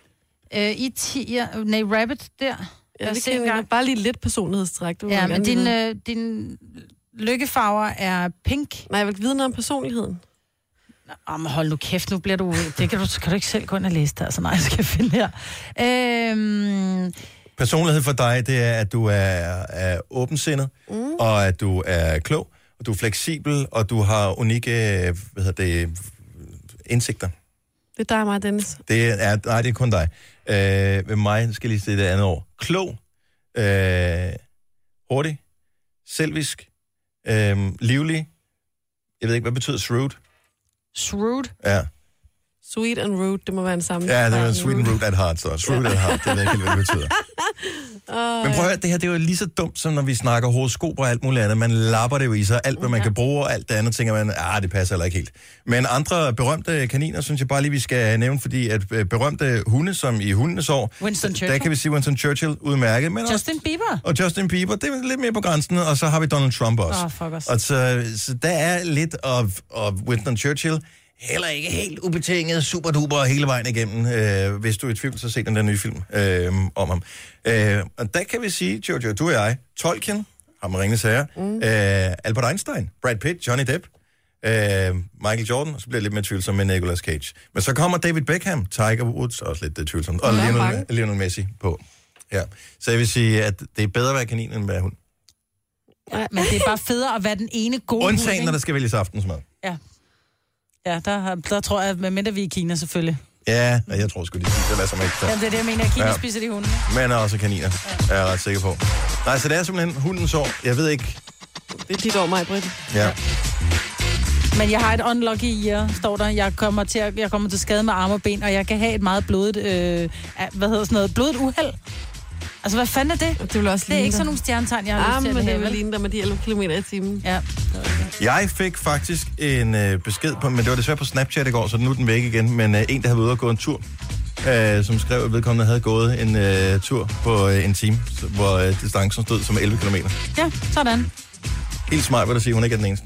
Øh, I tiger... Nej, rabbit der.
Ja,
Lad os
det
se en
kan
gang.
jeg bare lige lidt personlighedstræk. Det vil
Ja,
jeg
men
gerne
din,
vide.
øh, din lykkefarver er pink.
Nej, jeg vil vide noget om personligheden.
Åh, men hold nu kæft, nu bliver du... Det kan du, kan du ikke selv gå ind og læse der, så nej, jeg skal finde her. Øhm,
Personlighed for dig, det er, at du er, er åbensindet, mm. og at du er klog, og du er fleksibel, og du har unikke hvad hedder det, indsigter.
Det er dig og mig, Dennis.
Det er, nej, det er kun dig. Øh, ved mig skal jeg lige se det andet år. Klog, øh, hurtig, selvisk, øh, livlig. Jeg ved ikke, hvad betyder shrewd?
shrewd.
Ja,
Sweet and rude, det må være en sammen.
ja det er sweet and rude at heart, så. Shrewd at heart, det ved jeg ikke helt, hvad det betyder. Men prøv at høre, det her det er jo lige så dumt, som når vi snakker horoskoper og alt muligt andet. Man lapper det jo i sig, alt hvad man kan bruge, og alt det andet tænker man, ah, det passer heller ikke helt. Men andre berømte kaniner, synes jeg bare lige, vi skal nævne, fordi at øh, berømte hunde, som i hundenes år,
Winston
der
Churchill.
kan vi sige Winston Churchill udmærket, men også,
Justin Bieber.
og Justin Bieber, det er lidt mere på grænsen, og så har vi Donald Trump også.
Åh, fuck os.
Og så, så der er lidt af, af Winston Churchill, heller ikke helt ubetinget, super duper hele vejen igennem. Øh, hvis du er i tvivl, så se den der nye film øh, om ham. Øh, og der kan vi sige, Jojo, du og jeg, Tolkien ham ringende sager, mm. øh, Albert Einstein, Brad Pitt, Johnny Depp, øh, Michael Jordan, og så bliver jeg lidt mere tvivlsom med Nicolas Cage. Men så kommer David Beckham, Tiger Woods, også lidt øh, tvivlsomt, og
Ja,
Lionel,
mange.
Lionel Messi på. Ja. Så jeg vil sige, at det er bedre at være kanin end at være hund.
Men det er bare federe at være den ene gode hund,
Undtagen,
ikke?
når der skal vælges aftensmad.
Ja, ja der, har- der tror jeg, at medmindre vi er i Kina selvfølgelig.
Ja, jeg tror sgu, de spiser hvad som helst.
Jamen, det er det, jeg mener. I Kina
Ja.
ja. spiser de hunde.
Men også kaniner, er jeg ret sikker på. Nej, så det er simpelthen hundens år. Jeg ved ikke.
Det er dit år, mig, Britt.
Ja.
Men jeg har et unlucky year, står der. Jeg kommer til, at, jeg kommer til skade med arme og ben, og jeg kan have et meget blodet, øh, ah, hvad hedder sådan noget, blodet uheld. Altså, hvad fanden er det?
Det vil også
Det er
ligne
ikke
dig.
sådan nogle stjernetegn, jeg har
Ah,
lyst til
men
at
det
have.
vil
vel?
ligne dig med de 11 km i timen.
Ja.
Jeg fik faktisk en øh, besked på, men det var desværre på Snapchat i går, så nu er den væk igen, men øh, en, der havde været ude og gå en tur, øh, som skrev, at vedkommende havde gået en øh, tur på øh, en time, så- hvor øh, distancen stod som 11 km.
ja, sådan.
Helt smart, vil du sige, hun er ikke er den eneste.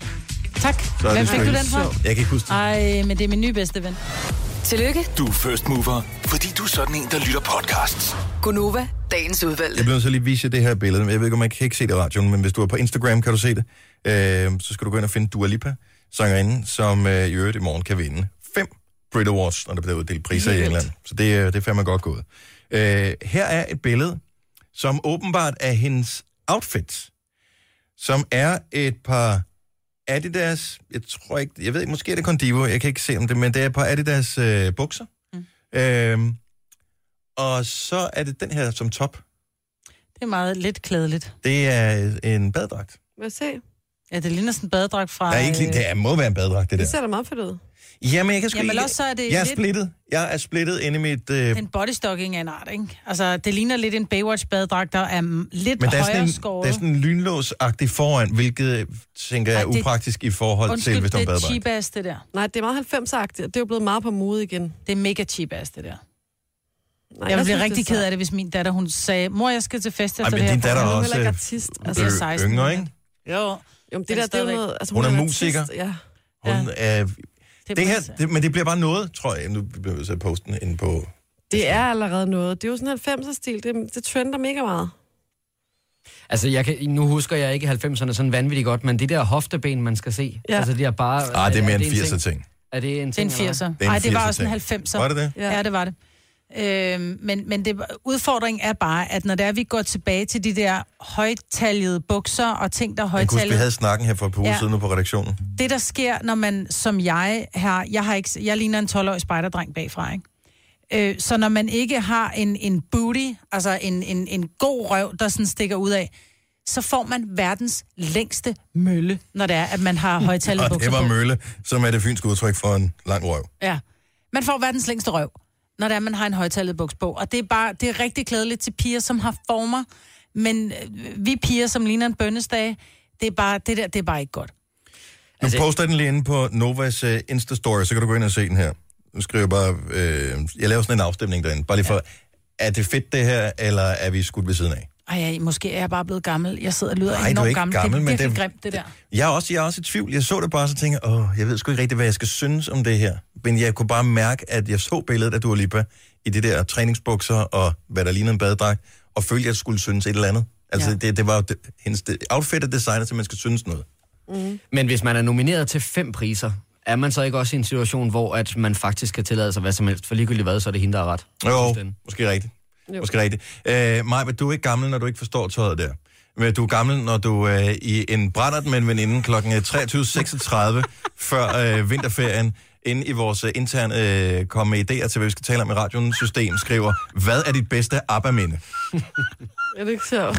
Tak.
Så er
Hvem
det
fik du
selvfølgelig-
den fra?
Jeg kan ikke huske det.
Ej, men det er min nye bedste ven.
Tillykke,
Du er first mover, fordi du er sådan en, der lytter podcasts.
Gunova, dagens udvalgte.
Jeg bliver nødt til at lige vise jer det her billede. Jeg ved ikke, om man kan ikke se det i radioen, men hvis du er på Instagram, kan du se det. Øh, så skal du gå ind og finde Dua Lipa, sangerinden, som øh, i øvrigt i morgen kan vinde fem Brit Awards, når der bliver uddelt priser i England. Så det, øh, det er fandme godt gået. Øh, her er et billede, som åbenbart er hendes outfit, som er et par Adidas, jeg tror ikke, jeg ved ikke, måske er det Condivo, jeg kan ikke se om det, men det er et par Adidas øh, bukser. Mm. Øh, og så er det den her som top.
Det er meget lidt klædeligt.
Det er en badedragt.
Hvad se?
Ja, det ligner sådan en badedragt fra... øh,
Nej, ikke lige, det er, må være en badedragt, det
Det
der.
ser da meget fedt ud.
Jamen, jeg kan sgu
Jamen,
ikke-
også så er det
Jeg er
lidt-
splittet. Jeg er splittet inde i mit... Øh,
øh, en bodystocking af en art, ikke? Altså, det ligner lidt en Baywatch-badedragt, der er mm, lidt
men der er, sådan
højere
en,
skåret.
der er sådan en lynlåsagtig foran, hvilket øh, tænker jeg er
Ej, det-
upraktisk i forhold til, hvis
Undskyld,
du har
det er
badedragt.
cheap ass, det der.
Nej, det er meget 90-agtigt, og det er jo blevet meget på mode igen. Nej,
Det er mega cheap ass, det der.
jeg,
Jeg
synes,
ville
det
blive
er
rigtig
sejt.
ked af det, hvis min datter, hun sagde, mor, jeg skal til fest
Ej,
efter
men
altså, det her.
din datter
Hun
er
er jo
også
heller ikke
øh,
artist. Altså,
er
øh,
16,
yngre,
men-
ikke?
Jo,
jo, men
Den
det der, det er jo
stadigvæk.
noget... Altså,
Hun er
artist,
musiker.
Ja.
Hun, øh,
det,
det her, det, men det bliver bare noget, tror jeg. Nu bliver jeg nødt til at poste den inde på...
Det er allerede noget. Det er jo sådan 90'er-stil. Det, det trender mega meget.
Altså, jeg kan, nu husker jeg ikke 90'erne sådan vanvittigt godt, men det der hofteben, man skal se, ja.
Ja.
altså det er bare...
Ah, det er mere en
en
80'er
ting.
ting.
Er det en
Det er en
ting? eller hvad?
80'er.
en
Nej, det var også en
80'er-ting.
90'er.
Var det det?
Ja, det var det. Øhm, men men det, udfordringen er bare, at når det er, vi går tilbage til de der højtaljede bukser og ting, der er
Jeg kunne huske, vi
højtaljede,
havde snakken her for et par uger
Ja.
siden nu på redaktionen.
det, der sker, når man, som jeg har, jeg, har ikke, jeg ligner en 12-årig spejderdreng bagfra, ikke? Øh, så når man ikke har en, en booty, altså en, en, en god røv, der sådan stikker ud af, så får man verdens længste mølle, når det er, at man har højtallet
Og
bukser
det var
på.
mølle, som er det fynske udtryk for en lang røv.
Ja. Man får verdens længste røv, når det er, man har en højtallet buks på. Og det er bare, det er rigtig klædeligt til piger, som har former. Men øh, vi piger, som ligner en bønnesdag, det er bare, det der, det er bare ikke godt.
Nu
Altså-
poster jeg den lige inde på Novas uh, Insta-story, så kan du gå ind og se den her. Nu skriver jeg bare, øh, jeg laver sådan en afstemning derinde, bare lige for, er det fedt det her, eller er vi skudt ved siden af?
Ej, ej, måske er jeg bare blevet gammel. Jeg sidder og lyder
Nej, du er
enormt
ikke
gammel.
gammel,
Det
men
er virkelig
det-
grimt, det der.
Jeg er, også, jeg er også i tvivl. Jeg så det bare, så tænker jeg, åh, jeg ved sgu ikke rigtig, hvad jeg skal synes om det her. Men jeg kunne bare mærke, at jeg så billedet af Dua Lipa i det der træningsbukser og hvad der lignede en badedragt, og følte, at jeg skulle synes et eller andet. Altså, ja.
Ja.
det, det var jo det, hendes det, outfit er designet, så man skal synes noget.
Men hvis man er nomineret til fem priser, er man så ikke også i en situation, hvor at man faktisk kan tillade sig hvad som helst? For ligegyldigt hvad, så er det hende, der er ret.
Jo,
Fuldstændig.
måske rigtigt. Jo.
Jo.
Måske rigtigt. Øh, Maja, du er ikke gammel, når du ikke forstår tøjet der. Men du er gammel, når du er øh, i en brændert med en veninde kl. 23.36 før øh, vinterferien inde i vores øh, interne øh, komme med idéer til, hvad vi skal tale om i radioen system, skriver, hvad er dit bedste ABBA-minde?
Er det ikke sjovt?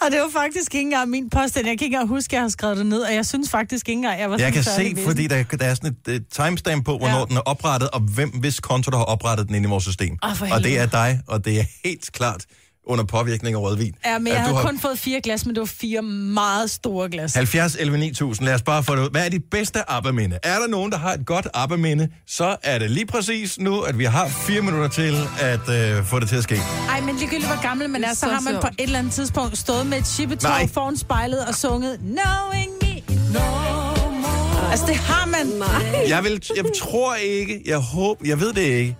Og det var faktisk ikke engang min påstand. Jeg kan ikke engang huske, at jeg har skrevet det ned, og jeg synes faktisk ikke engang, jeg var
Jeg
sådan
kan
særlig
se,
ved
fordi
den.
der, der er sådan et uh, timestamp på, hvornår ja.
Ja.
den er oprettet, og hvem, hvis konto, der har oprettet den inde i vores system.
Åh, for
og det er
helvede.
dig, og det er helt klart under påvirkning af rødvin.
Ja, men
at
jeg
du
havde
har-
kun fået fire glas, men det var fire meget store glas.
70 11 9000. Lad os bare få det ud. Hvad er dit bedste ABBA-minde? Er der nogen, der har et godt ABBA-minde, så er det lige præcis nu, at vi har fire minutter til at øh, få det til at ske.
Ej, men ligegyldigt hvor gammel man
Det er
er, så,
så
har man
sjovt.
på et eller andet tidspunkt stået med et
Nej.
chippetog foran spejlet og sunget Knowing me no more. Altså, det har man. Nej.
Jeg, vil, jeg tror ikke, jeg håber, jeg ved det ikke,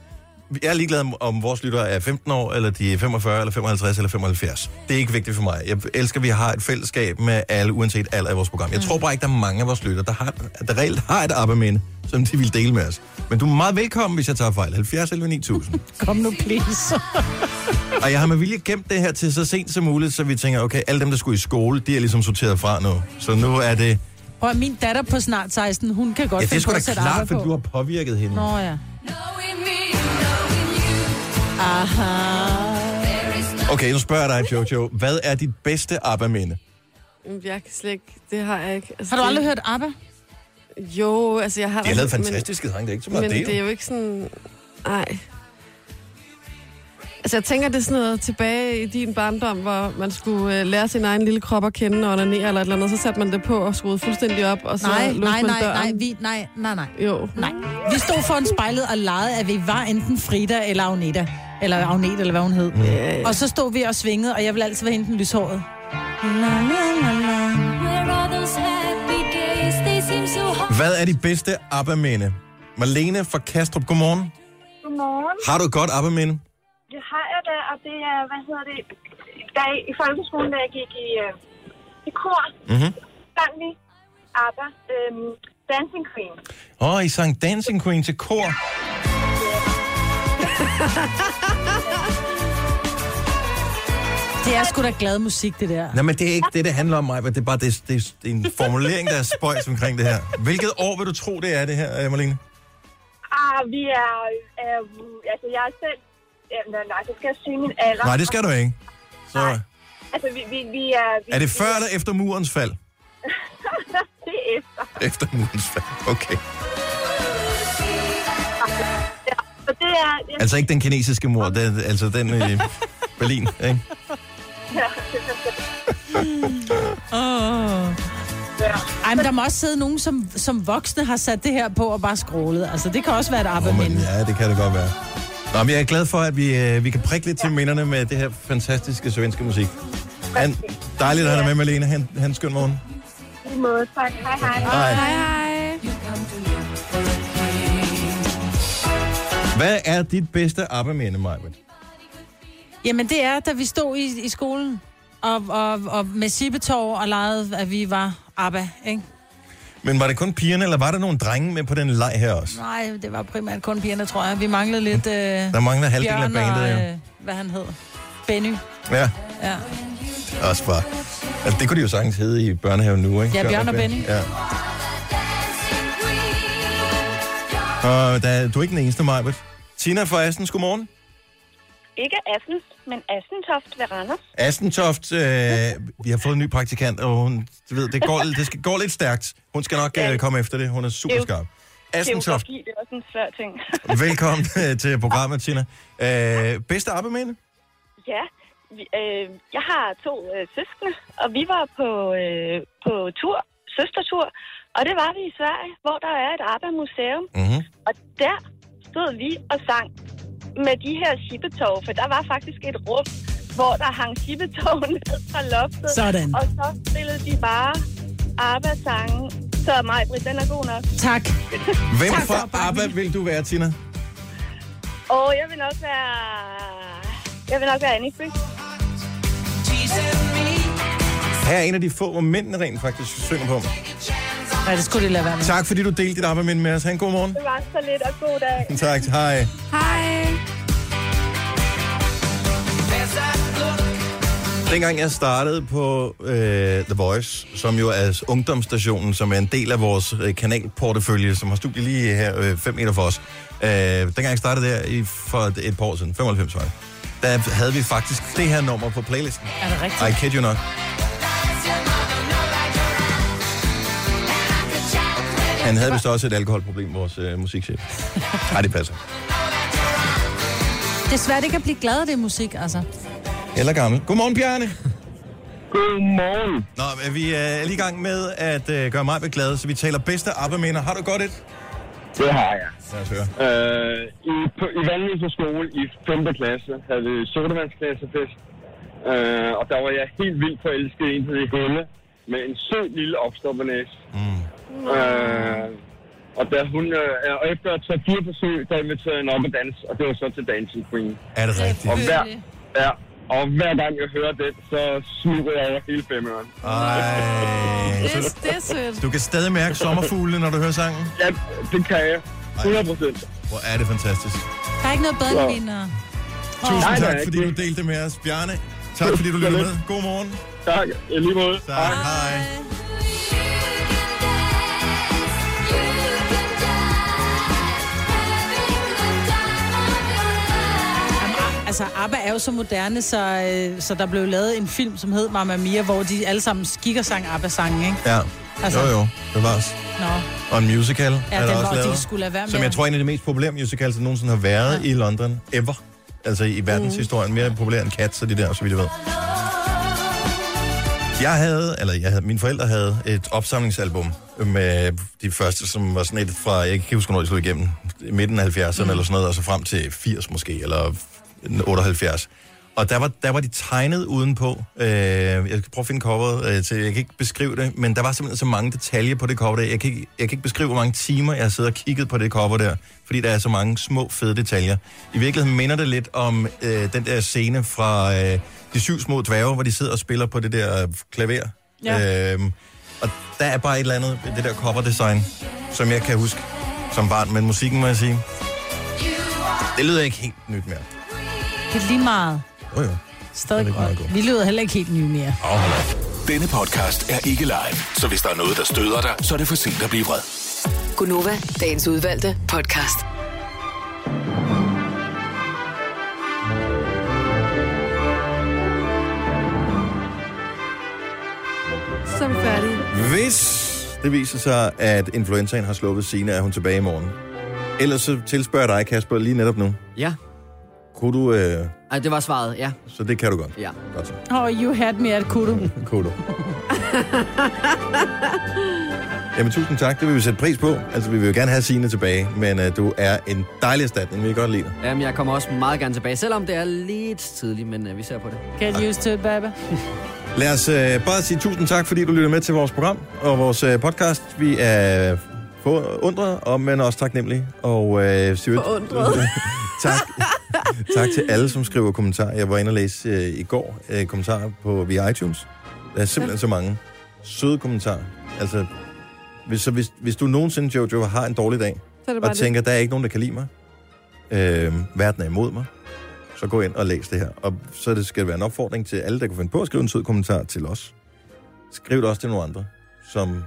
jeg er ligeglad om, om vores lyttere er 15 år, eller de er 45, eller 55, eller 75. Det er ikke vigtigt for mig. Jeg elsker, at vi har et fællesskab med alle, uanset alder i vores program. Jeg tror bare ikke, der er mange af vores lyttere, der, har, der reelt har et arbejde som de vil dele med os. Men du er meget velkommen, hvis jeg tager fejl. 70 eller 9000.
Kom nu, please.
Og jeg har med vilje gemt det her til så sent som muligt, så vi tænker, okay, alle dem, der skulle i skole, de er ligesom sorteret fra nu. Så nu er det...
Prøv, at min datter på snart 16, hun kan godt
Ja, det er
finde
sgu
på
da
at sætte
klart,
arbejde
for
på.
du har påvirket hende.
Nå ja. Aha.
Okay, nu spørger jeg dig, Jojo. Hvad er dit bedste ABBA-minde?
Jeg kan slet ikke, det har jeg ikke. Altså,
Har du
det-
aldrig hørt ABBA?
Jo, altså jeg har...
De har lavet fantastiske sange, det er ikke så
Men,
meget
men
det.
det er
jo.
jo ikke sådan... Nej. Altså jeg tænker, det er sådan noget tilbage i din barndom, hvor man skulle øh, lære sin egen lille krop at kende og onanere eller et eller andet. Så satte man det på og skruede fuldstændig op, og så
Nej,
lukkede
nej,
man
nej,
døren.
nej, vi, nej, nej, nej.
Jo.
Nej. Vi stod foran spejlet og legede, at vi var enten Frida eller Agneta. Eller Agneta, eller hvad hun hed. Mm. Og så stod vi og svingede, og jeg ville altid være hende den lyshåret.
Hvad er dit bedste ABBA-minde? Marlene fra Kastrup, godmorgen.
Godmorgen.
Har du et godt ABBA-minde?
Det har jeg da, og det er, hvad hedder det, da jeg, i folkeskolen, da jeg gik i, øh, i kor,
Mhm.
sang vi ABBA, øhm, Dancing Queen.
Åh, oh, I sang Dancing Queen til kor.
Det er sgu da glad musik, det der.
Nej, men det er ikke det, det handler om, mig, men det er bare det, det, det er en formulering, der er spøjs omkring det her. Hvilket år vil du tro, det er det her, øh, Marlene?
Ah, vi er, øh, altså jeg er selv, øh, nej, nej, så skal jeg sige min alder.
Nej, det skal du ikke. Så
Altså, vi, vi, vi er... Vi,
er det før eller efter murens fald?
Det er efter.
Efter murens fald, okay.
Så det er... Det er
Altså ikke den kinesiske mur, den, altså den i Berlin, ikke?
Åh. Ej, men der må også sidde nogen, som, som voksne har sat det her på og bare scrollet. Altså, det kan også være et
Oh, men,
ABBA-minde.
ja, det kan det godt være. Nå, men jeg er glad for, at vi, øh, vi kan prikke lidt til minderne med det her fantastiske svenske musik. Han, dejligt at have dig med, Malene. Han, han skøn morgen.
i lige måde. Tak. Hej, hej.
Hej.
Hej, hej.
Hvad er dit bedste ABBA-minde, Majbert?
Jamen, det er, da vi stod i, i skolen og, og, og med Sibetov og legede, at vi var ABBA, ikke?
Men var det kun pigerne, eller var der nogle drenge med på den leg her også?
Nej, det var primært kun pigerne, tror jeg. Vi manglede lidt øh,
Der mangler halvdelen af
Bjørn og,
bandet, jo.
øh, hvad han hed. Benny.
Ja,
Ja.
også bare. Altså, det kunne de jo sagtens hedde i børnehaven nu, ikke?
Ja, Bjørn og Benny.
Ja. Og der, du er ikke den eneste, Majbert. Tina fra Assens, godmorgen.
Ikke Assens, men Assentoft ved Randers.
Astentoft, øh, vi har fået en ny praktikant, og hun, du ved, det, går, det skal, går lidt stærkt. Hun skal nok øh, komme efter det. Hun er super skarp. Astentoft,
Geografi, det er også en svær ting.
velkommen øh, til programmet, Tina. Øh, bedste arbejde
Ja, vi, øh, jeg har to øh, søskende, og vi var på, øh, på tur, søstertur, og det var vi i Sverige, hvor der er et ABBA-museum,
mm-hmm.
og der stod vi og sang med de her shippetog, for der var faktisk et rum, hvor der hang shippetog ned fra loftet,
Sådan.
og så spillede de bare ABBA-sange, så mig, Britt, den er god nok.
Tak.
Hvem
Tak for
fra ABBA
opbakningen.
vil du være, Tina?
Og jeg vil nok være... Jeg vil nok være Annie Friis.
Her er en af de få, hvor mændene rent faktisk synger på.
Nej, det skulle det lade være med.
Tak fordi du delte dit arbejde med os. Ha' en god morgen.
Det var så lidt, og god dag.
Tak, hej.
Hej.
Dengang jeg startede på øh, The Voice, som jo er ungdomsstationen, som er en del af vores øh, kanalportefølje, som har studie lige her 5 øh, fem meter for os. Øh, dengang jeg startede der i, for et, et par år siden, 95 var det, der havde vi faktisk det her nummer på playlisten.
Er det rigtigt?
I kid you not. Han havde vist også et alkoholproblem, vores øh, musikchef. Nej, det passer.
Det er svært ikke at blive glad af det musik, altså.
Eller gammel. Godmorgen, Bjarne.
Godmorgen.
Nå, men vi øh, er lige i gang med at øh, gøre mig glad, så vi taler bedste abba Har du godt et?
Det har jeg.
Lad os høre.
Øh, I, på, I Vandløse skole i 5. klasse havde vi sodavandsklassefest. Øh, og der var jeg helt vildt forelsket i en, der hed Helle, med en sød lille opstoppernæs. Mm. Øh, Og, da hun, øh, og efter 3-4 forsøg, der inviterede jeg hende op og dans, og det var så til Dancing Queen.
Er det rigtigt?
Og hver, ja, og hver gang jeg hører det, så smutter jeg over hele femøren.
Ej.
Det, er- det er sødt.
Du kan stadig mærke sommerfuglene, når du hører sangen.
Ja, det kan jeg. 100 procent.
Hvor er det fantastisk.
Der er ikke noget bedre end øh, vinder.
Tusind
Nej,
tak,
nej,
fordi
det-
du delte med os. Bjarne, tak fordi du lyttede med. God morgen.
Tak, i lige måde.
Tak, hej.
Altså, ABBA er jo så moderne, så, øh, så der blev lavet en film, som hed Mamma Mia, hvor de alle sammen skik og sang ABBA-sangen, ikke?
Ja,
Altså-
jo jo, det var os.
Nå.
Og en musical
Ja,
er
den
der
var-
også
de
lavet.
skulle lade være med
som jeg
at-
tror er en af de mest populære musicals, der nogensinde har været ja. i London ever. Altså i verdenshistorien. Mere populær end Cats og de der, så vidt jeg ved. Jeg havde, eller jeg havde, mine forældre havde et opsamlingsalbum med de første, som var sådan et fra, jeg kan ikke huske, hvornår de slog igennem, i midten af 70'erne mm. eller sådan noget, og så frem til 80 måske, eller 78. Og der var, der var de tegnet udenpå. Øh, jeg skal prøve at finde coveret øh, til, jeg kan ikke beskrive det, men der var simpelthen så mange detaljer på det cover der. Jeg kan ikke, jeg kan ikke beskrive, hvor mange timer jeg har siddet og kigget på det cover der, fordi der er så mange små, fede detaljer. I virkeligheden minder det lidt om øh, den der scene fra øh, De syv små dværge, hvor de sidder og spiller på det der øh, klaver.
Ja.
Øhm, og der er bare et eller andet ved det der coverdesign, som jeg kan huske som barn, men musikken må jeg sige, det lyder ikke helt nyt mere.
Det er lige meget.
Åh oh, jo.
Stadig godt. Vi lyder heller ikke helt nye mere.
Denne podcast er ikke live, så hvis der er noget, der støder dig, så er det for sent at blive vred.
Gunova, dagens udvalgte podcast.
Så er vi færdige.
Hvis det viser sig, at influenzaen har sluppet sine, er hun tilbage i morgen. Ellers så tilspørger jeg dig, Kasper, lige netop nu.
Ja.
Kunne du... Øh,
Ej, det var svaret, ja.
så det kan du godt.
Ja.
Godt så.
Oh, you had me at kudu.
Kunne du. Jamen, tusind tak. Det vil vi sætte pris på. Altså, vi vil jo gerne have Signe tilbage, men øh, du er en dejlig erstatning. Vi kan godt lide dig.
Jamen, jeg kommer også meget gerne tilbage, selvom det er lidt tidligt, men uh, vi ser på det.
Get used to it, baby.
Lad os øh, bare sige tusind tak, fordi du lytter med til vores program og vores øh, podcast. Vi er forundret, og, men også taknemmelige. Og, øh, forundret. tak. tak til alle, som skriver kommentarer. Jeg var inde og læse øh, i går øh, kommentarer på via iTunes. Der er simpelthen ja. så mange søde kommentarer. Altså, hvis, så hvis, hvis du nogensinde, Jojo, har en dårlig dag,
Så er det bare
og tænker, der er ikke nogen, der kan lide mig, øh, verden er imod mig, så gå ind og læs det her. Og så det skal det være en opfordring til alle, der kunne finde på at skrive en sød kommentar til os. Skriv det også til nogle andre, som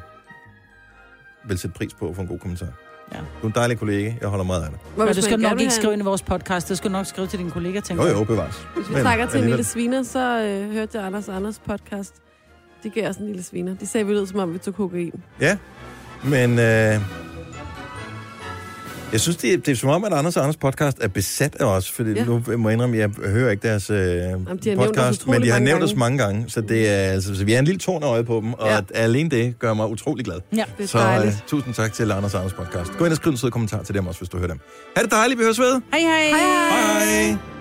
vil sætte pris på at få en god kommentar.
Ja.
Du er en dejlig kollega, jeg holder meget af dig.
det.
Men
Hvis
du
man
skal
gerne
nok
vil
ikke
have en-
skrive ind i vores podcast. Du skal nok skrive til dine kollegaer, tænker
Jo,
jeg.
jo, bevares.
Hvis vi
Men
snakker til en lille
alligevel-
sviner, så øh, hørte jeg Anders og Anders podcast. De gav os en lille sviner. De sagde, vi lød, som om vi tog kokain.
Ja, men øh, jeg synes, det er, det er som om, at Anders og Anders podcast er besat af os, fordi ja.
Ja.
nu må jeg indrømme, jeg hører ikke deres øh,
nævnt os
podcast,
utrolig
men de har
mange
nævnt
gange.
os mange gange, så, det er, altså, så vi er en lille tårn af øje på dem, og ja.
Ja.
at alene det gør mig utrolig glad.
Ja.
Det er
Så øh,
dejligt.
tusind tak til Anders og Anders podcast. Gå ind og skriv en sød kommentar til dem også, hvis du hører dem. Ha' det dejligt, vi høres ved.
Hej, hej. hej, hej.
Hej.